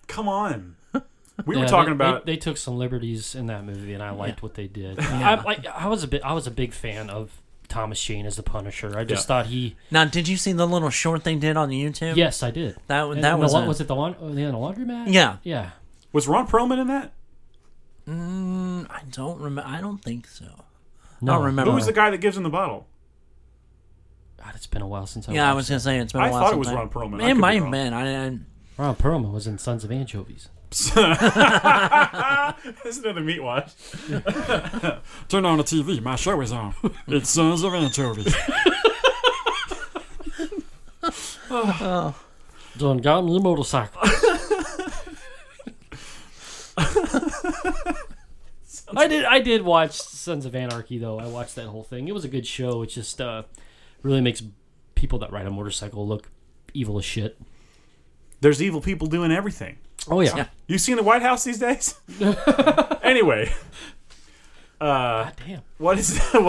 S1: Come on, we
S2: Yeah,
S1: were
S2: they-
S1: talking
S2: they,
S1: about
S2: They, took some liberties in that movie, and I liked what
S3: (laughs)
S2: they did. I, like, I was a bit. I was a big fan of Thomas Shane as the Punisher. I just
S1: Yeah.
S2: thought he.
S3: Now, did you see the little short they did on YouTube?
S2: Yes, I did.
S3: That
S2: And
S3: that
S2: the
S3: was
S2: lau-
S3: a-
S2: was it the laun- oh, they had a laundromat?
S3: Yeah.
S2: Yeah.
S1: was Ron Perlman in that?
S3: I don't remember. I don't think so.
S2: No,
S3: I don't remember.
S1: Who was the guy that gives him the bottle?
S2: God, it's been a while since I.
S3: yeah, I was
S2: watched
S3: gonna say it's been. a
S1: I
S3: while
S1: thought it
S3: since
S1: was
S3: I-
S1: Ron Perlman. I
S3: It
S1: could be
S3: might
S1: wrong.
S3: have been. I, I
S2: it. Ron Perlman was in Sons of Anchovies.
S1: (laughs) This is another meat watch. (laughs)
S4: Turn on the TV. My show is on. It's Sons of Anchovies.
S2: John got on the (laughs) motorcycle. I did. I did watch Sons of Anarchy, though. I watched that whole thing. It was a good show. It just uh, really makes people that ride a motorcycle look evil as shit.
S1: There's evil people doing everything.
S2: Oh yeah.
S3: Yeah.
S1: You seen the White House these days? (laughs) anyway,
S2: God damn.
S1: what is (laughs) there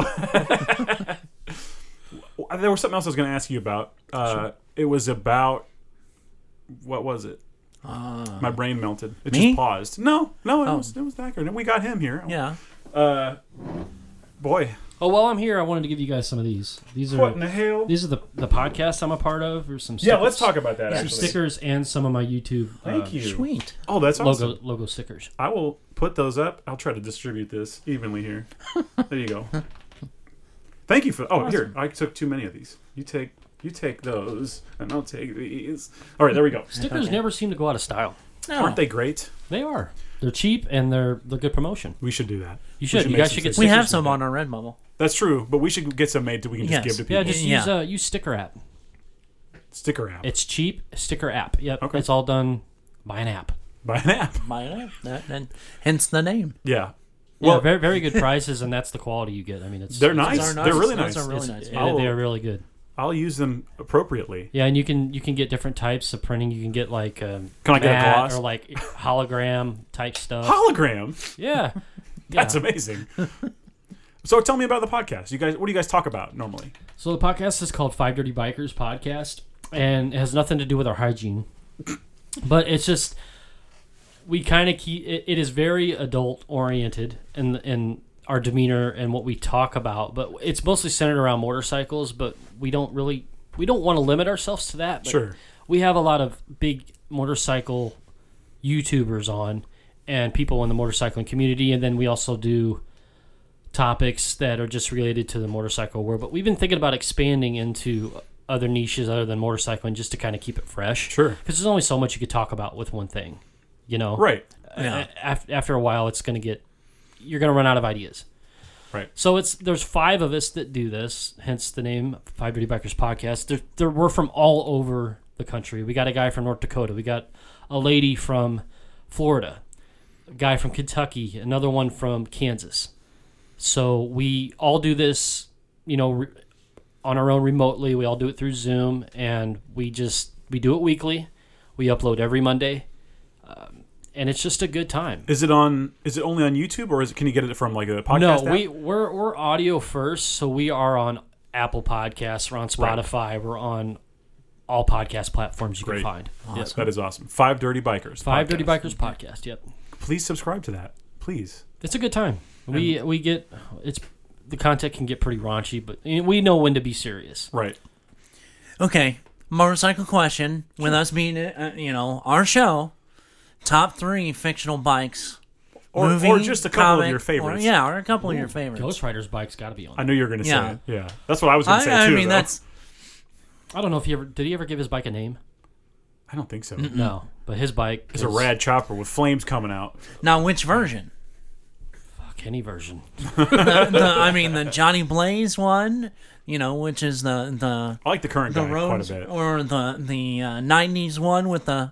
S1: was something else I was going to ask you about. Uh, It was about what was it?
S2: Ah.
S1: My brain melted. It
S3: me?
S1: just paused. No, no, it
S2: Oh.
S1: was it was Thacker. We got him here. Oh,
S3: yeah.
S1: boy,
S2: Oh, while I'm here, I wanted to give you guys some of these. These are
S1: what in the hell?
S2: these are the the podcasts I'm a part of, or some
S1: Yeah,
S2: stickers,
S1: let's talk about that.
S3: Yeah.
S2: some
S1: actually.
S2: stickers and some of my YouTube uh,
S1: Thank you.
S3: Sweet.
S1: Oh, that's awesome.
S2: logo logo stickers.
S1: I will put those up. I'll try to distribute this evenly here. there you
S2: (laughs)
S1: go. Thank you for. Oh, here. I took too many of these. You take. You take those, and I'll take these. All right, there we go.
S2: Stickers never seem to go out of style.
S3: No.
S1: Aren't they great?
S2: They are. They're cheap and they're they're good promotion.
S1: We should do that.
S2: You should.
S1: should make
S2: you guys
S1: some
S2: should get.
S3: We have
S2: stickers.
S3: some on our Redbubble.
S1: That's true, but we should get some made that we can just
S3: Yes.
S1: give to
S2: Yeah,
S1: people.
S2: just
S3: Yeah.
S2: use uh, use sticker app.
S1: Sticker app.
S2: It's cheap. Sticker app. Yep.
S1: Okay.
S2: It's all done by an app.
S1: Buy an
S2: (laughs)
S1: app.
S3: By now, that, and hence the name.
S1: Yeah.
S2: Well,
S1: Well,
S2: very very
S1: (laughs)
S2: good prices, and that's the quality you get. I mean, it's
S1: they're
S2: it's-
S1: nice.
S3: Those are
S1: They're really
S3: Those
S1: nice.
S3: are really
S2: it's-
S3: nice.
S1: yeah.
S2: they- they are really good.
S1: I'll use them appropriately.
S2: Yeah, and you can you can get different types of printing. You can get like um,
S1: Can I get a
S2: matte
S1: gloss?
S2: or
S1: (laughs)
S2: like hologram type stuff.
S1: Hologram.
S2: yeah,
S1: That's
S2: Yeah. (laughs)
S1: amazing. so tell me about the podcast. You guys, what do you guys talk about normally?
S2: So the podcast is called Five Dirty Bikers Podcast, and it has nothing to do with our hygiene, but it's just we kind of keep it, it is very adult oriented in in our demeanor and what we talk about, but it's mostly centered around motorcycles. But we don't really we don't want to limit ourselves to that. But
S1: Sure.
S2: we have a lot of big motorcycle YouTubers on and people in the motorcycling community, and then we also do topics that are just related to the motorcycle world. But we've been thinking about expanding into other niches other than motorcycling just to kind of keep it fresh.
S1: Sure.
S2: Because there's only so much you could talk about with one thing, you know?
S1: Right.
S3: Yeah.
S2: After, after a while, it's going to get, you're going to run out of ideas.
S1: Right.
S2: So it's there's five of us that do this, hence the name Five Dirty Bikers Podcast. There, there we're from all over the country. We got a guy from North Dakota. We got a lady from Florida, a guy from Kentucky, another one from Kansas. So we all do this, you know, re- on our own remotely. We all do it through Zoom, and we just we do it weekly. We upload every Monday, um, and it's just a good time.
S1: Is it on? Is it only on YouTube, or is it? Can you get it from like a podcast?
S2: No,
S1: app?
S2: we we're we're audio first, so we are on Apple Podcasts, we're on
S1: Right.
S2: Spotify, we're on all podcast platforms you
S1: Great.
S2: can find. Yes.
S1: That is awesome. Five Dirty Bikers.
S2: Five
S1: podcast.
S2: Dirty Bikers podcast. Yep,
S1: Please subscribe to that. Please.
S2: it's a good time. We we get it's the content can get pretty raunchy, but we know when to be serious.
S1: Right.
S3: Okay. motorcycle question with us being, uh, you know, our show. Top three fictional bikes.
S1: Or,
S3: movie,
S1: or just a couple
S3: comic,
S1: of your
S3: or-
S1: favorites.
S3: yeah, or a couple of your favorites.
S2: Ghost Rider's bike's got to be on.
S1: I knew you were going to
S3: Yeah.
S1: say it. Yeah. That's what I was going to
S3: I,
S1: say,
S3: I
S1: too.
S3: mean,
S1: though.
S3: that's
S2: I don't know if he ever did. He ever give his bike a name?
S1: I don't think so.
S2: No, but his bike
S1: Mm. It's a
S2: is-
S1: rad chopper with flames coming out.
S3: now which version?
S2: Fuck, any version.
S3: The, the, I mean, the Johnny Blaze one, you know, which is the the
S1: I like the current
S3: the Oh.
S1: guy
S3: roads
S1: quite a bit.
S3: or the the uh, '90s one with the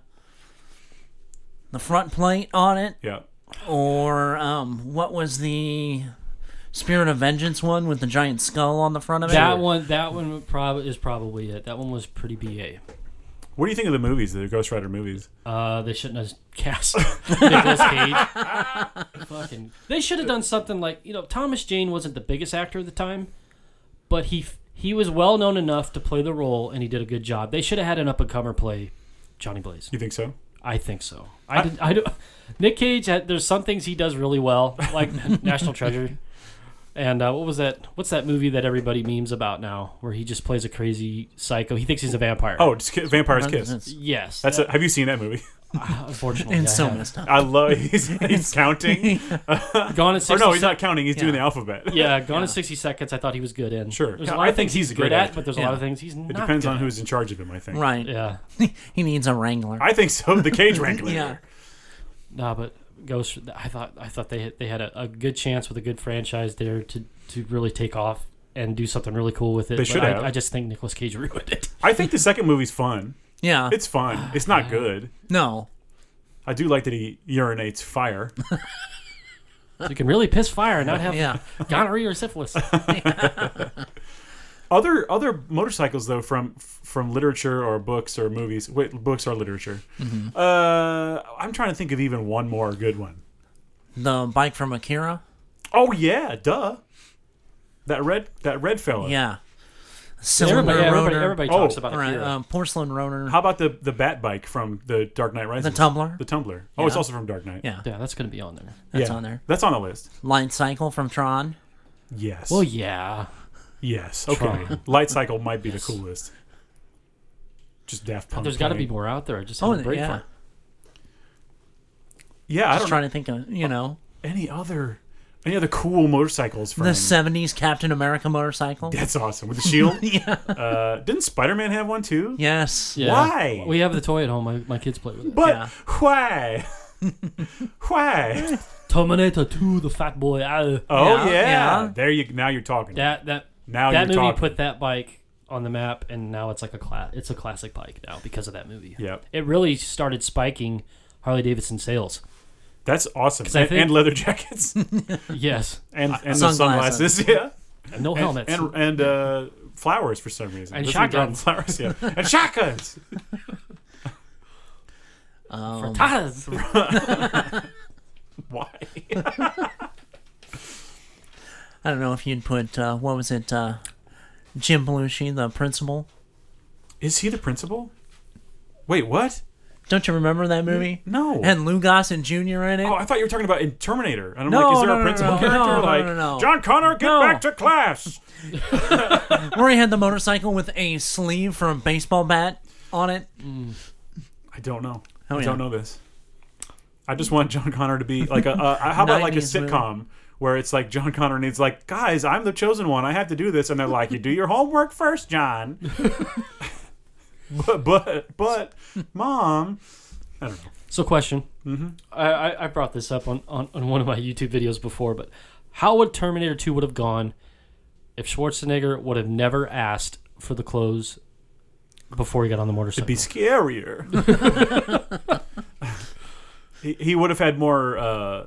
S3: the front plate on it,
S1: yeah.
S3: or um, what was the Spirit of Vengeance one with the giant skull on the front of it?
S2: That one, that one probably is probably it. That one was pretty ba.
S1: What do you think of the movies, the Ghost Rider movies?
S2: Uh, they shouldn't have (laughs) cast Nicolas Cage. Fucking, they should have done something like you know Thomas Jane wasn't the biggest actor at the time, but he f- he was well known enough to play the role and he did a good job. They should have had an up and comer play Johnny Blaze.
S1: You think so?
S2: I think so. I did, I do, Nick Cage. had- There's some things he does really well, like National Treasure. And uh, what was that? What's that movie that everybody memes about now, where he just plays a crazy psycho? He thinks he's a vampire.
S1: Oh, just Ki- Vampire's Kiss.
S3: It's,
S2: yes, Uh,
S1: That's a, have you seen that
S3: (laughs)
S1: movie?
S2: unfortunately.
S3: it's
S2: I
S3: so
S2: haven't.
S3: messed up.
S1: I love. (laughs) He's, he's
S3: (laughs)
S1: counting.
S2: Gone in
S1: Or
S2: 60
S1: no, he's
S2: sec-
S1: not counting. He's doing the alphabet.
S2: Yeah, Gone in 60 Seconds, I thought he was good in.
S1: Sure.
S2: There's a
S1: Yeah,
S2: lot
S1: I
S2: of
S1: think
S2: things
S1: he's
S2: he's
S1: a
S2: good
S1: great
S2: at,
S1: actor.
S2: but there's a
S3: Yeah.
S2: lot of things he's
S1: It
S2: not
S1: depends
S2: good
S1: on
S2: at.
S1: who's in charge of him. I think.
S3: Right.
S2: Yeah.
S3: (laughs) He needs a Wrangler.
S1: I think so. The
S3: (laughs)
S1: cage wrangler.
S3: yeah.
S2: No, but Ghost, I thought I thought they had, they had a, a good chance with a good franchise there to, to really take off and do something really cool with it.
S1: They
S2: but
S1: should
S2: I,
S1: have.
S2: I just think Nicolas Cage (laughs) ruined it.
S1: I think the second movie's fun.
S3: Yeah.
S1: It's
S3: (sighs)
S1: fun. It's not good.
S3: no.
S1: I do like that he urinates fire.
S2: you can really piss fire and not have
S3: Yeah.
S2: gonorrhea
S3: (laughs)
S2: or syphilis.
S1: other other motorcycles though from from literature or books or movies. Wait, books or literature.
S3: Mm-hmm.
S1: Uh, I'm trying to think of even one more good one.
S3: The bike from Akira.
S1: Oh yeah, duh. That red that red fella.
S3: Yeah. Silver
S2: everybody, everybody,
S3: rotor.
S2: everybody
S1: Oh,
S2: talks about
S3: Right,
S2: Akira.
S3: uh, porcelain rotor.
S1: How about the the bat bike from the Dark Knight Rises?
S3: The tumbler?
S1: The tumbler. Oh, it's
S3: Yeah.
S1: also from Dark Knight.
S3: yeah,
S2: yeah, that's going to be on there.
S3: that's on there.
S1: That's on the list.
S3: Light cycle from Tron.
S1: Yes.
S2: Well, yeah.
S1: yes. Okay.
S2: Tron.
S1: Light cycle might be the coolest. Just Daft Punk.
S2: There's got to be
S1: playing.
S2: more out there. I just
S3: Oh,
S2: haven't break
S3: yeah.
S2: for it.
S1: Yeah, I
S3: Just
S1: don't know
S3: trying to think of you know
S1: any other any other cool motorcycles from
S3: the '70s Captain America motorcycle.
S1: That's awesome with the shield. yeah. Uh, didn't Spider Man have one too?
S3: Yes.
S2: Yeah.
S1: Why?
S2: We have the toy at home. My, my kids play with it.
S1: But
S3: Yeah.
S1: why? why?
S2: Terminator 2, the fat boy. ah.
S1: Oh yeah,
S3: Yeah, yeah.
S1: There you. Now you're talking.
S2: that that
S1: Now you're
S2: that movie
S1: talking.
S2: put that bike on the map, and now it's like a cla- it's a classic bike now because of that movie.
S1: Yep.
S2: It really started spiking Harley Davidson sales.
S1: That's awesome.
S2: I
S1: And,
S2: think-
S1: and leather jackets and
S2: Yes.
S1: and the
S3: Sunglasses.
S1: sunglasses. Yeah.
S2: And no
S1: And
S2: helmets.
S1: and, and uh, flowers for some reason.
S2: And
S1: That's what got
S2: shotguns.
S1: Flowers. Yeah. and shotguns.
S3: Um,
S1: (laughs)
S2: Frittatas.
S1: Why?
S3: I don't know if you'd put uh, what was it, uh, Jim Belushi, the principal.
S1: Is he the principal? Wait, what?
S3: Don't you remember that movie?
S1: No.
S3: And Lou Gossett Jr. in it.
S1: Oh, I thought you were talking about in Terminator. And I'm
S3: No,
S1: like, is there
S3: no,
S1: a
S3: no,
S1: principal
S3: no, no,
S1: character?
S3: no, no,
S1: like,
S3: no, no.
S1: John Connor, get
S3: No.
S1: back to
S3: (laughs)
S1: class.
S3: Where he had the motorcycle with a sleeve from a baseball bat on it.
S1: I don't know.
S3: Oh,
S1: I
S3: yeah.
S1: don't know this. I just want John Connor to be like a, a how about like a
S3: 90s movie.
S1: sitcom where it's like John Connor and he's like, guys, I'm the chosen one. I have to do this, and they're like, you do your homework first, John. (laughs) but but
S3: (laughs)
S1: but mom, I don't know.
S2: So, question. Mm-hmm. I, I I brought this up on, on on one of my YouTube videos before, but how would Terminator Two would have gone if Schwarzenegger would have never asked for the clothes before he got on the motorcycle?
S1: It'd be scarier. (laughs) he, he would have had more. Uh,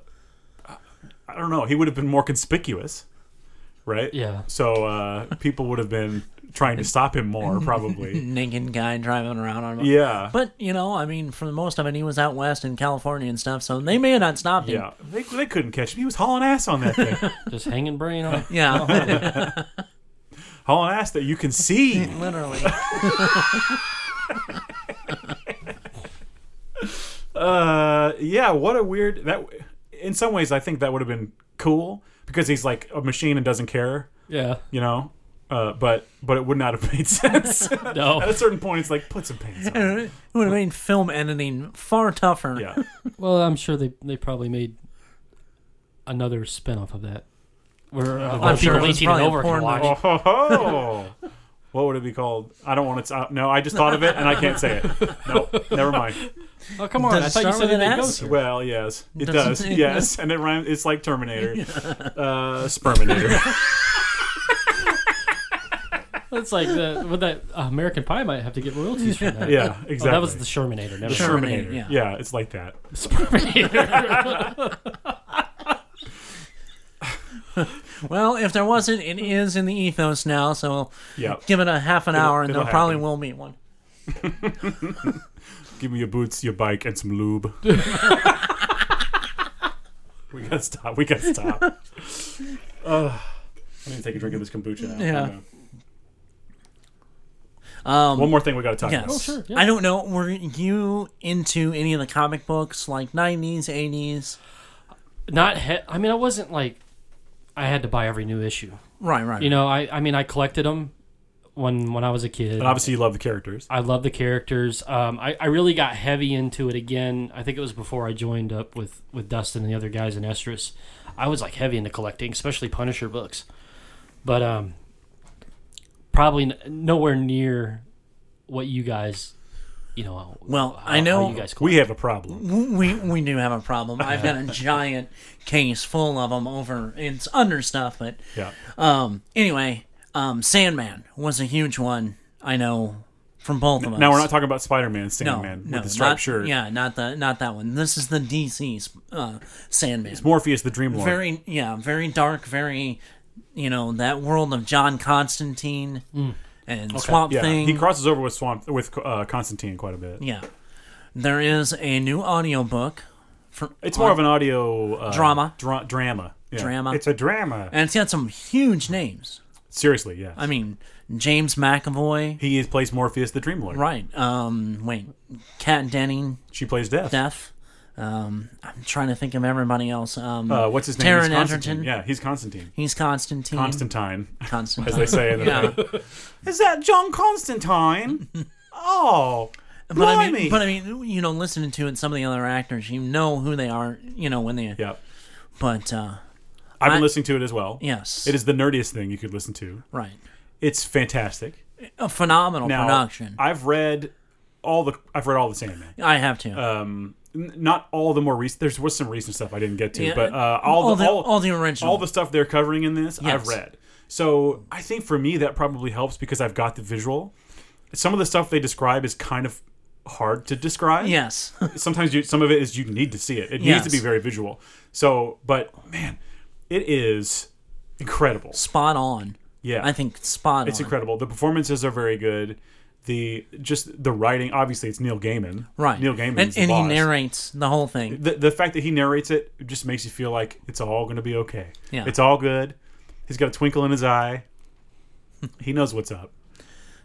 S1: I don't know. He would have been more conspicuous, right?
S2: yeah.
S1: So uh, people would have been trying to stop him more,
S3: (laughs)
S1: probably.
S3: Naked guy driving around on a
S1: Yeah.
S3: But you know, I mean, for the most of it, he was out west in California and stuff, so they may have not stopped him.
S1: yeah. They, they couldn't catch him. He was hauling ass on that thing.
S2: Just hanging brain
S1: (laughs)
S2: on.
S3: Yeah,
S2: (laughs)
S1: hauling ass that you can see.
S3: (laughs) literally.
S1: Uh, yeah, what a weird that in some ways I think that would have been cool because he's like a machine and doesn't care,
S2: Yeah.
S1: you know. Uh, but but it would not have made (laughs)
S3: (laughs)
S1: sense. At
S2: No.
S1: a certain point, it's like put some pants on.
S3: It would have made film editing far tougher.
S1: Yeah,
S2: Well, I'm sure they they probably made another spinoff of that. Where uh, a lot
S3: I'm
S2: of
S3: sure
S2: people
S3: it was
S2: 18 and
S3: probably a
S2: over can
S3: porn
S2: watch.
S1: Oh, ho, ho. what would it be called? I don't want to. Uh, no, I just thought of it and I can't say it. No, never mind.
S2: Oh, come on.
S3: Does
S2: I
S3: it
S2: thought you
S3: start
S2: said
S3: with
S2: it
S3: an
S2: didn't go
S3: S?
S2: to.
S1: Well, yes, it does.
S3: Doesn't it?
S1: Yes, and it rhymes. It's like
S3: (laughs)
S1: Terminator, uh,
S3: Oh,
S1: Sperminator.
S2: That's like the with that uh, American Pie might have to get royalties
S3: (laughs)
S2: from that.
S1: Yeah,
S2: Oh,
S1: exactly.
S2: that was the Shermanator. Never
S3: Sure.
S2: mind.
S3: Shermanator, yeah.
S1: yeah, it's like that.
S3: Well, if there wasn't, it is in the ethos now, so
S1: Yeah,
S3: give it a half an
S1: It'll-
S3: hour and
S1: it'll
S3: there probably
S1: happen.
S3: will be one.
S1: give me your boots, your bike, and some lube. (laughs) we gotta stop. We gotta stop. (laughs) Ugh. I need to take a drink of this kombucha now.
S3: Yeah.
S1: Hang on.
S3: Um,
S1: One more thing we gotta talk
S3: Yes.
S1: about.
S2: Oh, sure, yeah.
S3: I don't know. Were you into any of the comic books, like 90s, 80s?
S2: (laughs) Not. He- I mean, I wasn't like I had to buy every new issue.
S3: Right, right.
S2: You know, I I mean, I collected them when when I was a kid.
S1: And obviously, you love the characters.
S2: I love the characters. Um, I, I really got heavy into it again. I think it was before I joined up with, with Dustin and the other guys in Estrus. I was like heavy into collecting, especially Punisher books. But um, probably n- nowhere near what you guys, you know.
S3: Well,
S2: how-
S3: I know-
S2: how you guys.
S1: We have a
S3: Mm.
S1: problem.
S3: We we do have a problem.
S1: (laughs)
S3: I've got a giant case full of them over. It's under stuff, but
S1: Yeah.
S3: um. Anyway, um, Sandman was a huge one. I know from both of us.
S1: Now we're not talking about Spider-Man,
S3: no,
S1: Sandman
S3: no,
S1: with the striped
S3: not,
S1: shirt.
S3: Yeah, not the not that one. This is the DC's uh, Sandman.
S1: Morpheus, the Dream Lord.
S3: very yeah, very dark, very you know that world of John Constantine and Swamp
S1: Mm. yeah,
S3: Thing.
S1: he crosses over with Swamp with uh, Constantine quite a bit.
S3: yeah, there is a new audiobook. From,
S1: It's more of an audio uh,
S3: Drama.
S1: dra- drama, Yeah.
S3: Drama.
S1: It's a drama.
S3: and it's got some huge names.
S1: Seriously, yeah.
S3: I mean, James McAvoy,
S1: he is, plays Morpheus, the Dream Lord.
S3: right? Um, wait, Kat Denning,
S1: She plays Death.
S3: Death. Um, I'm trying to think of everybody else. Um,
S1: Uh, what's his name?
S3: Taron
S1: He's Constantine.
S3: Egerton.
S1: Yeah, he's Constantine.
S3: He's Constantine.
S1: Constantine, (laughs) as
S3: Constantine.
S1: they say. In the
S3: Yeah.
S1: (laughs) Is that John
S3: (laughs)
S1: Constantine? oh,
S3: But I mean,
S1: blimey.
S3: but I mean, you know, listening to it, and some of the other actors, you know who they are, you know, when they.
S1: yeah.
S3: But uh,
S1: I've been
S3: I-
S1: listening to it as well.
S3: yes,
S1: It is the nerdiest thing you could listen to.
S3: right.
S1: It's fantastic.
S3: A phenomenal
S1: Now,
S3: production.
S1: I've read all the I've read all the Sandman.
S3: I have to.
S1: Um, n- not all the more recent. There's was some recent stuff I didn't get to,
S3: Yeah,
S1: but uh, all,
S3: all
S1: the,
S3: the-
S1: all,
S3: all the original.
S1: all the stuff they're covering in this I've
S3: Yes.
S1: read. So I think for me that probably helps because I've got the visual. Some of the stuff they describe is kind of hard to describe.
S3: yes, (laughs)
S1: Sometimes you, some of it is you need to see it. It needs
S3: Yes.
S1: to be very visual. So, but man, it is incredible.
S3: spot on.
S1: Yeah.
S3: I think spot
S1: It's
S3: on.
S1: incredible. The performances are very good. The just the writing, obviously, it's Neil Gaiman.
S3: Right.
S1: Neil Gaiman,
S3: and,
S1: the
S3: and he
S1: boss.
S3: narrates the whole thing.
S1: the, the fact that he narrates it just makes you feel like it's all going to be okay.
S3: Yeah.
S1: It's all good. He's got a twinkle in his
S3: (laughs)
S1: eye. he knows what's up.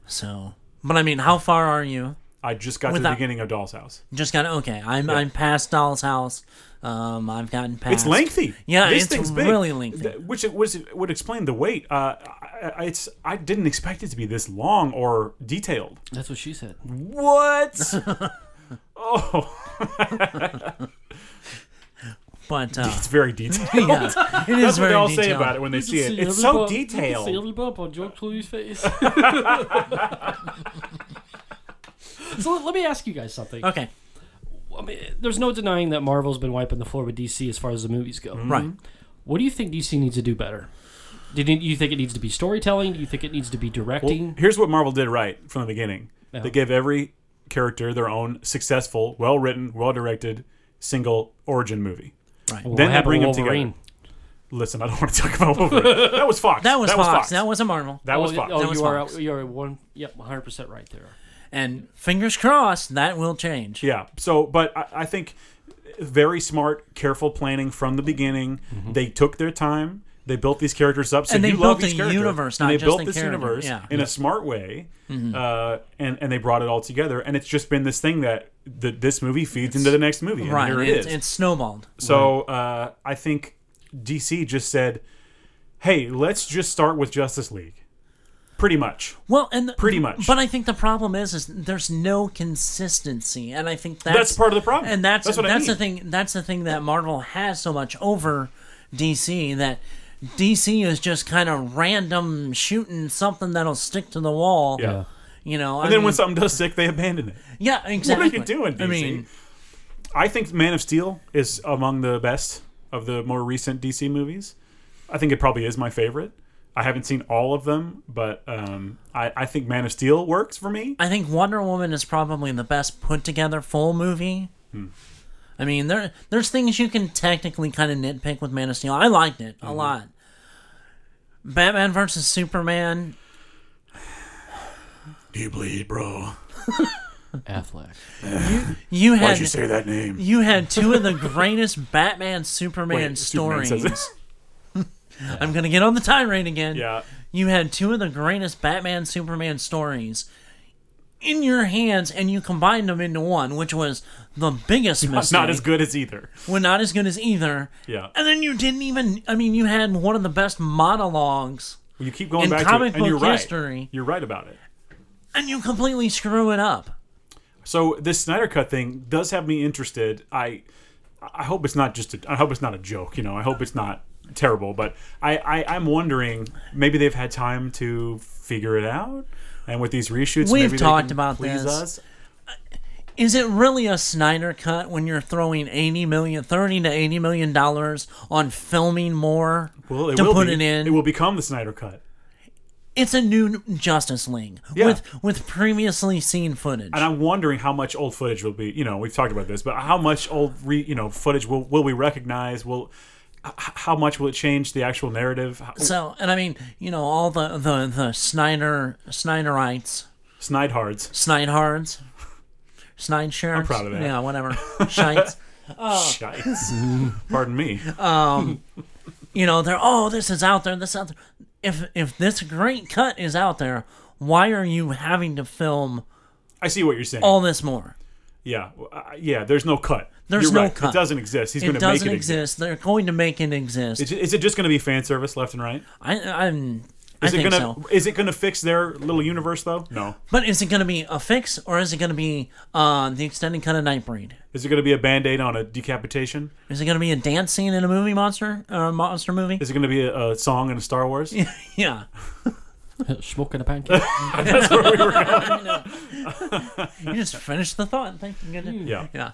S3: So, but I mean, how far are you?
S1: I just got to the
S3: Without-
S1: beginning of Doll's House.
S3: Just got okay. I'm I'm past Doll's House. Um, I've gotten past.
S1: It's lengthy.
S3: Yeah,
S1: this
S3: it's
S1: thing's big.
S3: really lengthy.
S1: Th- which it was would explain the weight. Uh, I, I- it's I didn't expect it to be this long or detailed.
S2: That's what she said.
S1: What? oh, (laughs)
S3: But uh,
S1: (laughs) it's
S3: (laughs)
S1: very detailed.
S3: yeah, it is
S1: That's what
S3: very
S1: they all say
S3: detailed.
S1: about it when they see it. It's so detailed.
S2: every bump on George Clooney's face. (laughs) so let- let me ask you guys something.
S3: Okay,
S2: I mean, there's no denying that Marvel's been wiping the floor with DC as far as the movies go.
S1: Mm-hmm.
S3: right.
S2: What do you think DC needs to do better? Do you, you think it needs to be storytelling? Do you think it needs to be directing?
S1: Well, here's what Marvel did right from the beginning.
S2: Yeah.
S1: They gave every character their own successful, well written, well directed single origin movie.
S2: Well,
S1: then
S2: what
S1: they
S2: happened
S1: bring
S2: with
S1: 'em together.
S2: Wolverine?
S1: Listen, I don't want to talk about
S3: (laughs)
S1: Wolverine. that was Fox.
S3: That was Fox. That was a Marvel.
S1: that was
S2: oh,
S1: Fox.
S2: Oh,
S3: That was
S2: you are
S3: Fox.
S2: you are one. Yep, 100 percent right there.
S3: And fingers crossed that will change.
S1: Yeah. So, but I, I think very smart, careful planning from the beginning. They took their time. They built these characters up, so
S3: Mm-hmm. And they
S1: you love
S3: built
S1: each
S3: a
S1: character.
S3: universe,
S1: and
S3: not
S1: they
S3: just
S1: built
S3: a
S1: this
S3: character,
S1: universe
S3: yeah. Mm-hmm.
S1: in a smart way, uh, and and they brought it all together. And it's just been this thing that that this movie feeds into the next movie, and
S3: right.
S1: here
S3: it's,
S1: it is.
S3: it's snowballed.
S1: So uh, I think DC just said, "Hey, let's just start with Justice League. Pretty much.
S3: Well, and the-
S1: Pretty much.
S3: But I think the problem is, is there's no consistency, and I think that's,
S1: That's part of the problem.
S3: And that's
S1: That's what I
S3: the thing. That's the thing that Marvel has so much over DC that DC is just kind of random shooting something that'll stick to the wall.
S1: Yeah.
S3: You know,
S1: And
S3: I
S1: then
S3: mean,
S1: when something does stick, they abandon it.
S3: yeah, exactly.
S1: doing,
S3: I
S1: DC?
S3: mean,
S1: I think Man of Steel is among the best of the more recent DC movies. I think it probably is my favorite. I haven't seen all of them, but um, I, I think Man of Steel works for me.
S3: I think Wonder Woman is probably the best put together full movie.
S1: Hmm.
S3: I mean, there there's things you can technically kind of nitpick with Man of Steel. I liked it
S1: Mm-hmm.
S3: a lot. Batman versus Superman.
S1: Do you bleed, bro?
S2: Affleck. (laughs)
S3: You had you,
S1: that name?
S3: had
S1: (laughs)
S3: two of the greatest Batman Superman
S1: Wait, Superman
S3: stories.
S1: says it.
S3: I'm gonna get on the tirade again.
S1: Yeah.
S3: You had two of the greatest Batman Superman stories in your hands, and you combined them into one, which was the biggest
S1: It's
S3: mistake.
S1: not as good as either.
S3: Well, not as good as either.
S1: Yeah.
S3: And then you didn't even. I mean, you had one of the best monologues,
S1: You keep going
S3: In
S1: back
S3: comic
S1: to it, and you're
S3: book
S1: right.
S3: history-
S1: You're right about it.
S3: and you completely screw it up.
S1: So this Snyder Cut thing does have me interested. I I hope it's not just a, I hope it's not a joke. You know, I hope it's not terrible. But I, I I'm wondering maybe they've had time to figure it out. And with these reshoots,
S3: We've
S1: maybe they
S3: talked
S1: can
S3: about
S1: please
S3: this.
S1: Us.
S3: Is it really a Snyder cut when you're throwing 80 million, 30 to 80 million dollars on filming more
S1: Well, it
S3: to
S1: will
S3: put
S1: be.
S3: it in?
S1: It will become the Snyder Cut.
S3: It's a new Justice League
S1: Yeah.
S3: with with previously seen footage.
S1: And I'm wondering how much old footage will be. You know, we've talked about this, but how much old re, you know footage will will we recognize? Will h- how much will it change the actual narrative? How,
S3: So, and I mean, you know, all the the the Snyder Snyderites,
S1: Snidehards.
S3: Snidehards, Snide shirts. I'm
S1: proud of that.
S3: Yeah, whatever.
S1: (laughs)
S3: Shites. Oh.
S1: Shites. (laughs) Pardon me.
S3: you know they're oh this is out there this is out there if if this great cut is out there why are you having to film
S1: I see what you're saying.
S3: all this more
S1: Yeah, well, uh, yeah. There's no cut.
S3: There's
S1: You're
S3: no
S1: right.
S3: cut.
S1: It doesn't exist. He's going
S3: it
S1: to make
S3: doesn't
S1: it exist.
S3: exist they're going to make it exist
S1: Is it- is it just going to be fan service left and right?
S3: I, i'm
S1: Is
S3: I
S1: it
S3: think
S1: gonna
S3: so.
S1: is it gonna fix their little universe though? No.
S3: But is it going to be a fix or is it going to be uh, the extended cut of Nightbreed?
S1: Is it gonna be a band aid on a decapitation?
S3: Is it going to be a dance scene in a movie monster or a monster movie?
S1: Is it gonna be a, a song in a Star Wars?
S3: (laughs) yeah.
S2: Smoking
S1: (laughs)
S2: a pancake.
S3: I know. you just finished the thought. Thank goodness.
S1: Yeah.
S3: Yeah.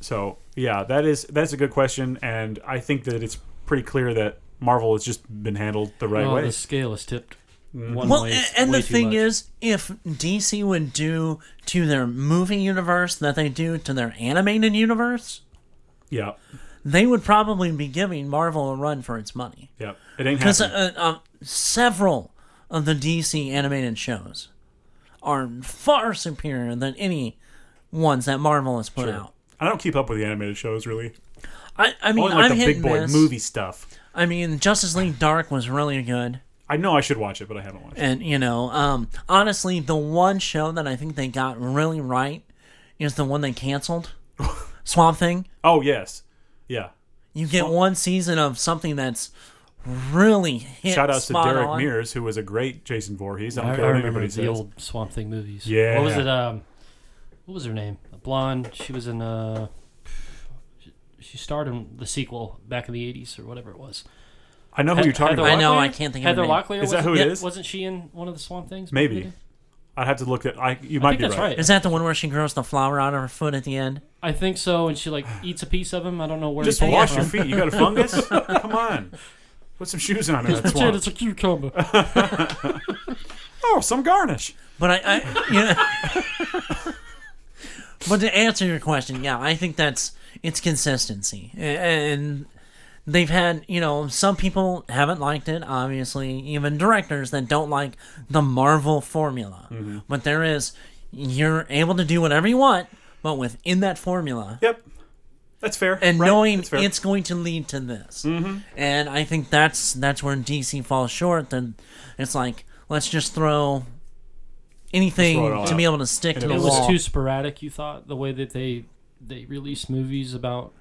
S1: So yeah, that is that's a good question, and I think that it's pretty clear that Marvel has just been handled the right
S2: Oh,
S1: way.
S2: the scale is tipped
S1: Mm.
S2: one
S3: Well,
S2: way.
S3: a-
S2: It's
S3: and
S2: way
S3: the
S2: too
S3: thing
S2: much.
S3: is, if DC would do to their movie universe that they do to their animated universe,
S1: Yeah,
S3: they would probably be giving Marvel a run for its money.
S1: yeah. It ain't
S3: Because
S1: happening.
S3: uh, uh, several of the DC animated shows are far superior than any ones that Marvel has put out.
S1: I don't keep up with the animated shows really.
S3: I, I mean,
S1: Only like
S3: I'm
S1: the
S3: hit
S1: big
S3: and
S1: boy
S3: miss.
S1: movie stuff.
S3: I mean, Justice League Dark was really good.
S1: I know I should watch it, but I haven't watched. it.
S3: And you know, um, honestly, the one show that I think they got really right is the one they
S1: (laughs)
S3: canceled, Swamp Thing.
S1: Oh yes, yeah.
S3: You get one season of something that's really hit
S1: Shout outs to
S3: spot
S1: Derek
S3: on.
S1: Mears, who was a great Jason Voorhees. I
S2: I,
S1: don't
S2: I
S1: care what
S2: remember
S1: anybody
S2: the
S1: says.
S2: old Swamp Thing movies.
S1: Yeah.
S2: What was it? Um, what was her name? A blonde. She was in. Uh, she, she starred in the sequel back in the '80s or whatever it was.
S1: I know who you're talking
S3: I
S1: about.
S3: know,
S2: Locklear?
S3: I can't think of her
S2: Heather
S3: name.
S2: Locklear.
S1: Is that
S2: wasn't-
S1: who it
S3: yeah,
S1: is?
S2: Wasn't she in one of the Swamp Things? back in the
S1: Maybe.
S2: day?
S1: I'd have to look at. I you
S2: I
S1: might
S2: think
S1: be
S2: that's
S1: right.
S2: right.
S3: Is that the one where she grows the flower out of her foot at the end?
S2: I think so. And she like eats a piece of him. I don't know where.
S1: Just
S2: he
S1: wash your feet.
S2: (laughs)
S1: You got a fungus? (laughs) Come on, put some shoes on in
S2: (laughs)
S1: that
S2: Pretend
S1: swamp.
S2: it's
S1: (laughs)
S2: a cucumber.
S1: Oh, some garnish.
S3: But I, I you know- but to answer your question, yeah, I think that's it's consistency, A- and they've had you know some people haven't liked it. Obviously, even directors that don't like the Marvel formula, but there is you're able to do whatever you want, but within that formula.
S1: Yep, that's fair.
S3: And
S1: right?
S3: knowing
S1: That's fair. Mm-hmm.
S3: it's going to lead to this, and I think that's that's where DC falls short. Then it's like let's just throw anything
S1: Just throw it all
S3: to
S1: out.
S3: be able to stick
S1: And
S3: to
S1: it
S3: the
S2: it
S1: was
S2: was
S3: wall.
S2: too sporadic. You thought the way that they they released movies about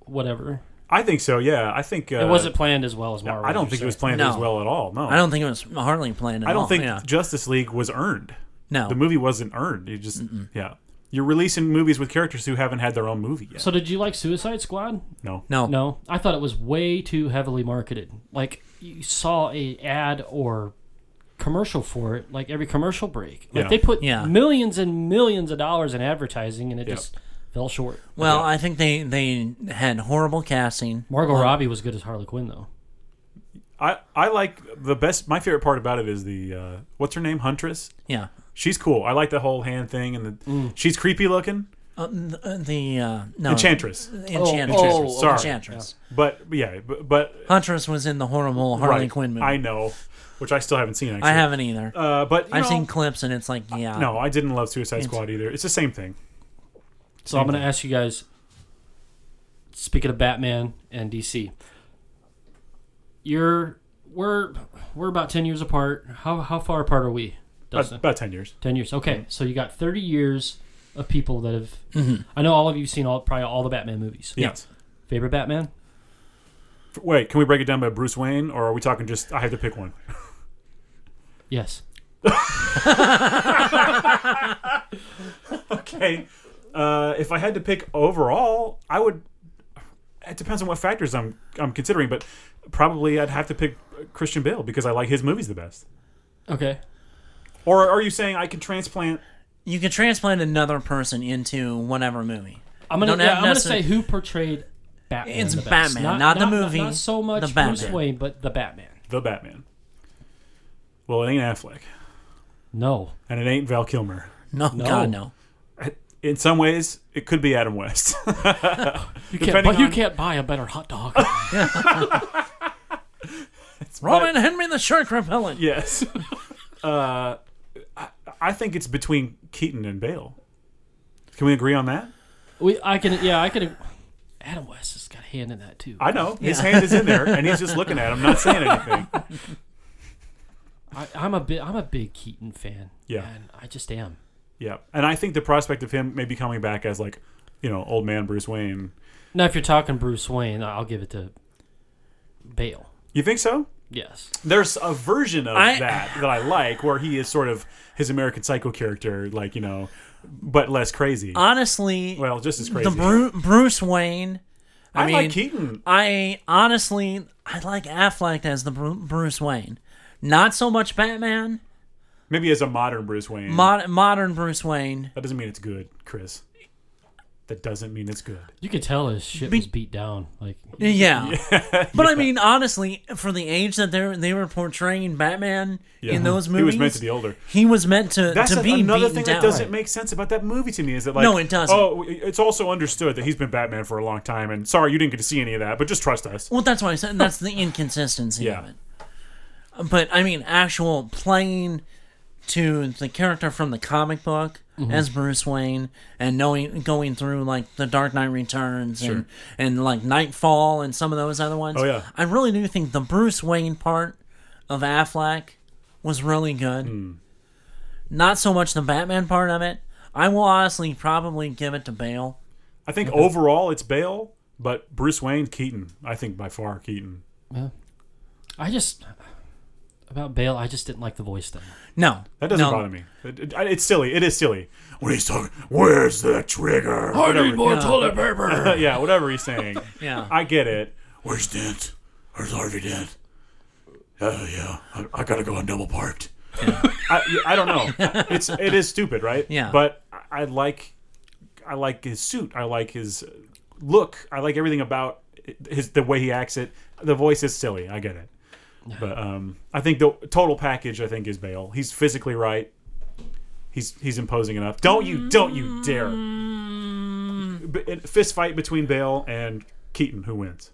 S2: whatever.
S1: I think so. Yeah, I think uh,
S2: It wasn't planned as well as Marvel.
S1: I don't
S2: as
S1: think it
S2: you're
S1: was
S2: saying.
S1: planned
S3: No.
S1: as well at all. No,
S3: I don't think it was hardly planned at
S1: I
S3: all,
S1: don't think
S3: yeah.
S1: Justice League was earned.
S3: No.
S1: The movie wasn't earned. You just yeah. You're releasing movies with characters who haven't had their own movie yet.
S2: So did you like Suicide Squad?
S1: no.
S3: no.
S2: No, I thought it was way too heavily marketed. Like you saw a ad or commercial for it, like every commercial break. Like
S1: Yeah.
S2: they put
S3: Yeah.
S2: millions and millions of dollars in advertising, and it
S1: Yep.
S2: just fell short.
S3: Well, I think they they had horrible casting.
S2: Margot Robbie was good as Harley Quinn, though.
S1: I I like the best. My favorite part about it is the uh, what's her name Huntress.
S3: Yeah.
S1: She's cool. I like the whole hand thing and the
S3: Mm.
S1: she's creepy looking
S3: Uh, the the uh, no
S1: enchantress.
S3: Enchantress.
S2: Oh, Enchantress,
S1: sorry.
S3: Enchantress.
S1: But yeah, but, but
S3: Huntress was in the horrible Harley
S1: right.
S3: Quinn movie.
S1: I
S3: I,
S1: know, which I still haven't seen. Actually.
S3: haven't either.
S1: Uh, but you
S3: I've
S1: know,
S3: seen clips and it's like yeah.
S1: No, I didn't love Suicide Squad either. It's the same thing.
S2: So I'm going to ask you guys. Speaking of Batman and DC, you're we're we're about ten years apart. How how far apart are we,
S1: About,
S2: Dustin?
S1: about ten years.
S2: Ten years.
S3: Mm-hmm.
S2: Okay, so you got thirty years of people that have. I know all of you've seen all probably all the Batman movies.
S1: Yes.
S2: Favorite Batman?
S1: F- Wait, can we break it down by Bruce Wayne, or are we talking just I have to pick one? (laughs)
S2: Yes.
S1: Okay. Uh, if I had to pick overall, I would. It depends on what factors I'm I'm considering, but probably I'd have to pick Christian Bale because I like his movies the best.
S2: Okay.
S1: Or are you saying I can transplant?
S3: You can transplant another person into whatever movie.
S2: I'm gonna
S3: Don't
S2: yeah,
S3: have
S2: I'm gonna
S3: necessar-
S2: say who portrayed Batman.
S3: It's
S2: the best.
S3: Batman, not the movie,
S2: Not, so much
S3: the
S2: Bruce
S3: Batman.
S2: Wayne, but the Batman.
S1: the Batman. Well, it ain't Affleck,
S2: No.
S1: and it ain't Val Kilmer.
S3: No, God no.
S1: In some ways, it could be Adam West. (laughs)
S2: You
S1: Depending
S2: can't. But you
S1: on-
S2: can't buy a better hot
S3: (laughs)
S2: dog.
S3: Roman Henry the Shark Repellent.
S1: (laughs) yes. Uh, I, I think it's between Keaton and Bale. Can we agree on that?
S2: we, I can. Yeah, I can. Adam West has got a hand in that too.
S1: I know his hand is in there, and he's just looking at him, not saying anything.
S2: I, I'm a big. I'm a big Keaton fan.
S1: Yeah.
S2: And I just am.
S1: Yeah, and I think the prospect of him maybe coming back as like, you know, old man Bruce Wayne.
S2: Now, if you're talking Bruce Wayne, I'll give it to Bale.
S1: You think so?
S2: Yes.
S1: There's a version of
S3: I-
S1: that that I like, where he is sort of his American Psycho character, like you know, but less crazy.
S3: Honestly,
S1: well, just as crazy.
S3: the Bru- Bruce Wayne. I,
S1: I,
S3: mean,
S1: like Keaton.
S3: I honestly, I like Affleck as the Bru- Bruce Wayne. Not so much Batman,
S1: Maybe as a modern Bruce Wayne.
S3: mod- modern Bruce Wayne.
S1: that doesn't mean it's good, Chris. That doesn't mean it's good.
S2: You could tell his shit
S3: Be-
S2: was beat down. Like
S1: (laughs)
S3: Yeah. But I mean, honestly, for the age that they they were portraying Batman in those movies,
S1: he was meant to be older.
S3: He was meant to,
S1: That's
S3: to
S1: an-
S3: be
S1: another
S3: beaten
S1: thing that
S3: down.
S1: doesn't make sense about that movie to me is that like
S3: No, it doesn't.
S1: Oh, it's also understood that he's been Batman for a long time, and sorry you didn't get to see any of that, but just trust us.
S3: Well, that's why I
S1: (laughs)
S3: said that's the inconsistency
S1: Yeah.
S3: of it. But I mean, actual playing to the character from the comic book
S1: Mm-hmm.
S3: as Bruce Wayne, and knowing going through like the Dark Knight Returns and and like Nightfall and some of those other ones.
S1: Oh, yeah.
S3: I really do think the Bruce Wayne part of Affleck was really good.
S1: Hmm.
S3: Not so much the Batman part of it. I will honestly probably give it to Bale.
S1: I think overall it's Bale, but Bruce Wayne, Keaton. I think by far Keaton.
S2: I just about Bale. I just didn't like the voice thing.
S3: No,
S1: That doesn't
S3: no.
S1: bother me. It- it- it's silly. It is silly. When he's talking, where's the trigger? I need more toilet
S2: (laughs)
S1: paper. yeah, whatever he's
S3: (laughs)
S1: saying.
S3: Yeah.
S1: I get it.
S5: Where's Dent? Where's Harvey Dent? Oh yeah, I, I gotta go on double parked.
S1: I, I don't know. It's it is stupid, right?
S3: Yeah.
S1: But I- I like I like his suit. I like his look. I like everything about his the way he acts it. The voice is silly. I get it. But um, I think the total package I think is Bale. He's physically right. He's he's imposing enough. Don't you don't you dare. B- it- Fist fight between Bale and Keaton. Who wins?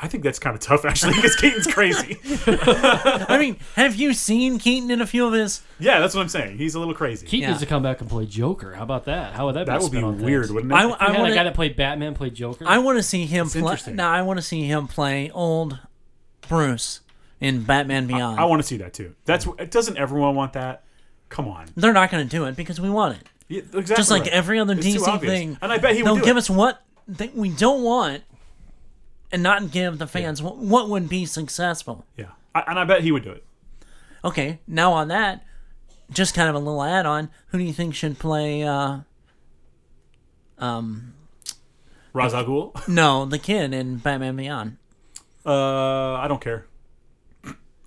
S1: I think that's kind of tough actually because Keaton's crazy.
S3: I mean, have you seen Keaton in a few of his?
S1: Yeah, that's what I'm saying. He's a little crazy.
S2: Keaton
S3: Yeah.
S2: needs to come back and play Joker. How about that? How would that?
S1: That
S2: be
S1: would be
S2: spin on
S1: weird,
S2: Things?
S1: wouldn't it?
S3: I,
S2: I
S3: I
S2: had
S3: want
S2: a guy
S3: to.
S2: that played Batman play Joker.
S3: I want to see him play.
S1: interesting.
S3: No, I want to see him play old Bruce in Batman Beyond.
S1: I want to see that too. That's wh- doesn't everyone want that? Come on,
S3: They're not going to do it because we want it.
S1: Yeah, exactly.
S3: Just like
S1: right.
S3: every other
S1: It's too
S3: DC
S1: obvious.
S3: thing.
S1: and I bet he
S3: They'll
S1: would do
S3: give
S1: it.
S3: us what that we don't want and not give the fans what, what would be successful.
S1: Yeah, I, and I bet he would do it.
S3: Okay, now on that, just kind of a little add on. Who do you think should play? Uh,
S1: Ra's al Ghul? (laughs)
S3: no, the kid in Batman Beyond.
S1: Uh, I don't care.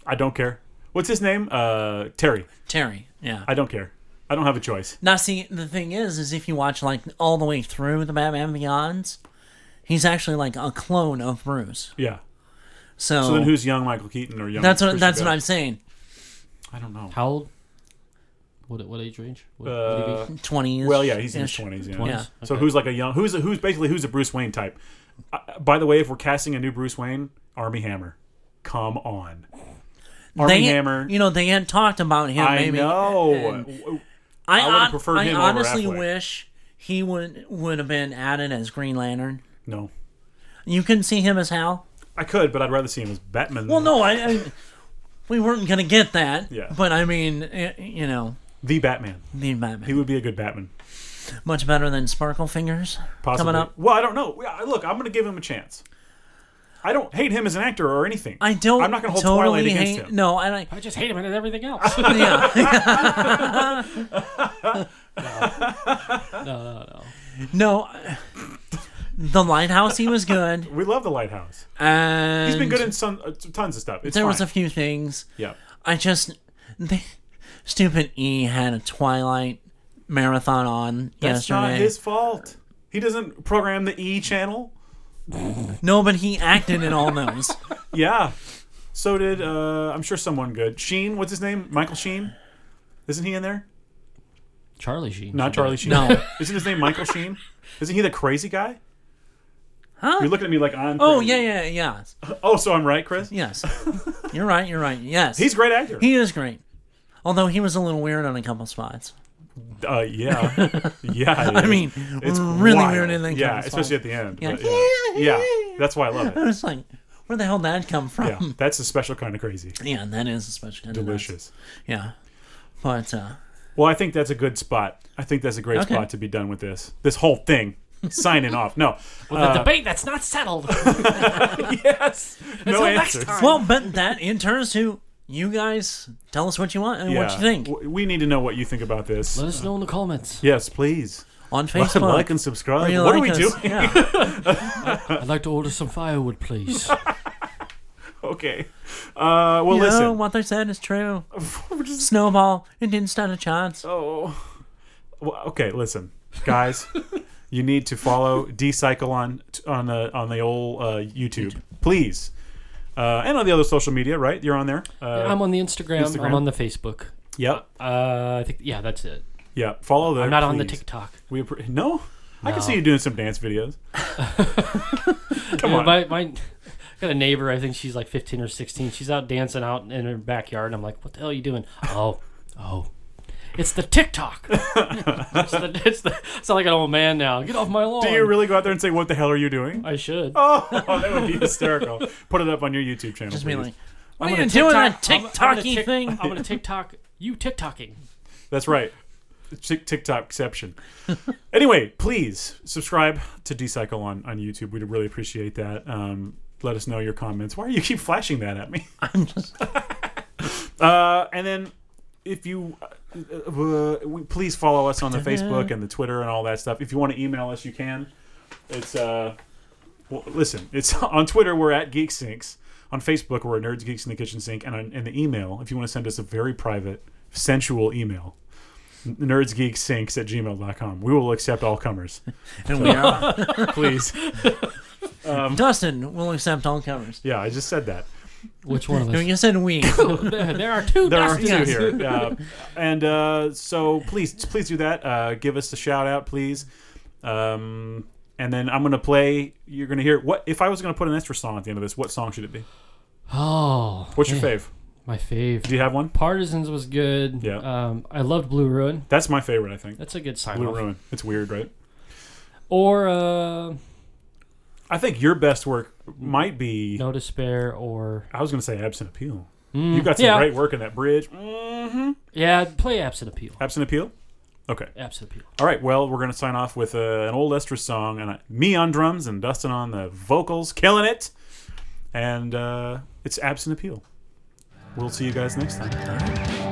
S1: I don't care. What's his name? Uh, Terry.
S3: Terry. Yeah.
S1: I don't care. I don't have a choice.
S3: Now, see, the thing is, is if you watch like all the way through the Batman Beyonds, he's actually like a clone of Bruce.
S1: Yeah.
S3: So,
S1: So then, who's young Michael Keaton or young?
S3: Oh. that's what
S1: Christian
S3: that's what
S1: Bale?
S3: I'm saying.
S1: I don't know.
S2: How old? What what age range? What,
S1: Uh,
S2: what
S3: Twenties.
S1: Well, yeah, he's in his
S3: ish.
S1: twenties. Yeah.
S2: 20s?
S3: Yeah.
S1: So
S2: Okay.
S1: who's like a young? Who's a, who's basically who's a Bruce Wayne type? Uh, by the way, if we're casting a new Bruce Wayne, Army Hammer. Come on. Army
S3: They-
S1: Hammer.
S3: You know, they had talked about him.
S1: I
S3: maybe. Uh,
S1: know.
S3: and
S1: I
S3: I,
S1: would've
S3: hon-
S1: preferred
S3: I
S1: him over
S3: honestly
S1: Affleck.
S3: wish he would would have been added as Green Lantern.
S1: no,
S3: You couldn't see him as Hal.
S1: I could, but I'd rather see him as Batman.
S3: Well, no, I. I we weren't gonna get that.
S1: Yeah.
S3: But I mean, eh, you know,
S1: the Batman.
S3: the Batman.
S1: He would be a good Batman.
S3: much better than Sparkle Fingers
S1: Possibly.
S3: coming up.
S1: Well, I don't know. Yeah, Look, I'm going to give him a chance. I don't hate him as an actor or anything.
S3: I don't.
S1: I'm not going to hold
S3: totally
S1: Twilight against
S3: hate,
S1: him.
S3: No, I like.
S2: I just hate him and everything else.
S1: (laughs)
S3: Yeah,
S1: (laughs)
S2: no, no, no.
S3: no. uh, The lighthouse, he was good.
S1: We love the Lighthouse.
S3: And
S1: He's been good in some uh, tons of stuff. It's
S3: there
S1: fine.
S3: was a few things.
S1: yeah.
S3: I just they, stupid E had a Twilight marathon on
S1: That's
S3: yesterday.
S1: not his fault. He doesn't program the E channel.
S3: No, but he acted in
S1: (laughs)
S3: all those.
S1: Yeah. So did uh, I'm sure someone good. Sheen, what's his name? Michael Sheen. Isn't he in there?
S2: Charlie Sheen.
S1: Not Charlie Sheen.
S3: No.
S1: Isn't his name Michael Sheen? Isn't he the crazy guy?
S3: Huh?
S1: You're looking at me like I'm.
S3: Oh
S1: crazy.
S3: yeah, yeah, yeah.
S1: Oh, so I'm right, Chris.
S3: Yes, you're right. You're right. Yes,
S1: He's a great actor.
S3: he is great. Although he was a little weird on a couple spots.
S1: Uh,
S3: (laughs)
S1: yeah, yeah.
S3: I mean, really
S1: wild.
S3: weird in the
S1: Yeah,
S3: couple
S1: especially
S3: spots.
S1: at the end.
S3: Yeah.
S1: but Yeah. yeah, that's why I love
S3: I
S1: it.
S3: was like, where the hell did that come from?
S1: Yeah, that's a special kind of crazy.
S3: (laughs) Yeah, that is a special kind of nuts.
S1: Delicious.
S3: Yeah, but uh,
S1: Well, I think that's a good spot. I think that's a great
S3: Okay.
S1: spot to be done with this. This whole thing.
S3: (laughs)
S1: Signing off. No.
S2: The
S1: Uh,
S2: debate that's not
S1: (laughs)
S2: settled.
S3: (laughs)
S1: yes. No
S2: Until next
S1: answers.
S2: time.
S3: well, but that in turns to you guys tell us what you want and
S1: Yeah.
S3: what you think
S1: W- We need to know what you think about this.
S2: Let us know in the comments.
S1: Yes, please.
S3: on Facebook.
S1: Like and subscribe.
S3: Or you
S1: What are
S3: like
S1: we
S3: us.
S1: doing? (laughs)
S3: Yeah.
S2: I'd like to order some
S1: (laughs)
S2: firewood, please.
S1: Uh, Okay. Uh, well,
S3: you
S1: listen.
S3: know, what they said is true.
S1: (laughs)
S3: Snowball, it didn't stand a chance.
S1: Oh. Well, okay, listen, guys.
S3: (laughs)
S1: you need to follow Decycle on on the on the old uh, YouTube, please, uh, and on the other social media. Right, you're on there. Uh,
S2: I'm on the Instagram.
S1: Instagram.
S2: I'm on the Facebook.
S1: yep,
S2: Uh, I think yeah, that's it.
S1: yeah. Follow the.
S2: I'm not on the
S1: Uh, please.
S2: TikTok.
S1: We appre- no? I can
S2: No.
S1: see you doing some dance videos.
S2: (laughs)
S1: Come
S2: Yeah,
S1: on.
S2: My, my, I got a neighbor. I think she's like 15 or 16. She's out dancing out in her backyard. And I'm like, what the hell are you doing? Oh, oh. It's the TikTok. (laughs) it's, the, it's, the, I sound like an old man now. Get off my lawn.
S1: Do you really go out there and say, "What the hell are you
S2: (laughs)
S1: doing"? (laughs)
S2: I should.
S1: Oh, that would be hysterical. Put it up on your YouTube channel.
S3: Just be
S1: please.
S3: like, what
S2: I'm
S3: are you
S2: gonna
S3: doing that
S2: TikTok- I'm- I'm
S3: TikToky
S2: gonna tick-
S3: thing?
S2: I'm going to TikTok. You TikToking.
S1: That's right. Tick TikTok exception. (laughs) anyway, please subscribe to Decycle on, on YouTube. We'd really appreciate that. Um, let us know your comments. Why do you keep flashing that at me? I'm just. (laughs) uh, and then, if you uh, uh, we- please follow us on the Facebook and the Twitter and all that stuff. If you want to email us, you can. It's uh, well, listen. It's (laughs) on Twitter. We're at GeekSinks. On Facebook, we're at Nerds Geeks in the Kitchen Sink. And on, in the email, if you want to send us a very private, sensual email, nerdsgeeksinks at gmail.com. We will accept all comers.
S3: And we are.
S1: (laughs) Please.
S3: Dustin will accept all covers.
S1: yeah, I just said that.
S2: Which one of
S3: No,
S2: us?
S3: you said
S1: (laughs)
S3: we.
S2: (laughs) there, there are two.
S1: There are two
S2: Dustin.
S1: here. Uh, and uh, so please, please do that. Uh, give us a shout out, please. Um, and then I'm going to play. You're going to hear what if I was going to put an extra song at the end of this, what song should it be?
S2: Oh.
S1: What's your
S2: man,
S1: fave?
S2: My fave.
S1: Do you have one?
S2: Partisans was good.
S1: Yeah.
S2: Um, I loved Blue Ruin.
S1: That's my favorite, I think.
S2: That's a good sign.
S1: Blue
S2: off.
S1: Ruin. It's weird, right?
S2: Or uh,
S1: I think your best work might be.
S2: No Despair or
S1: I was going to say Absent Appeal. You've got some
S2: yeah.
S1: great work in that bridge. Mm. Uh,
S2: Yeah, play Absent Appeal.
S1: Absent Appeal? Okay.
S2: Absolute people.
S1: All right. Well, we're going to sign off with uh, an old Estrus song and uh, me on drums and Dustin on the vocals, killing it. And uh, it's Absent Appeal. We'll see you guys next time. All right.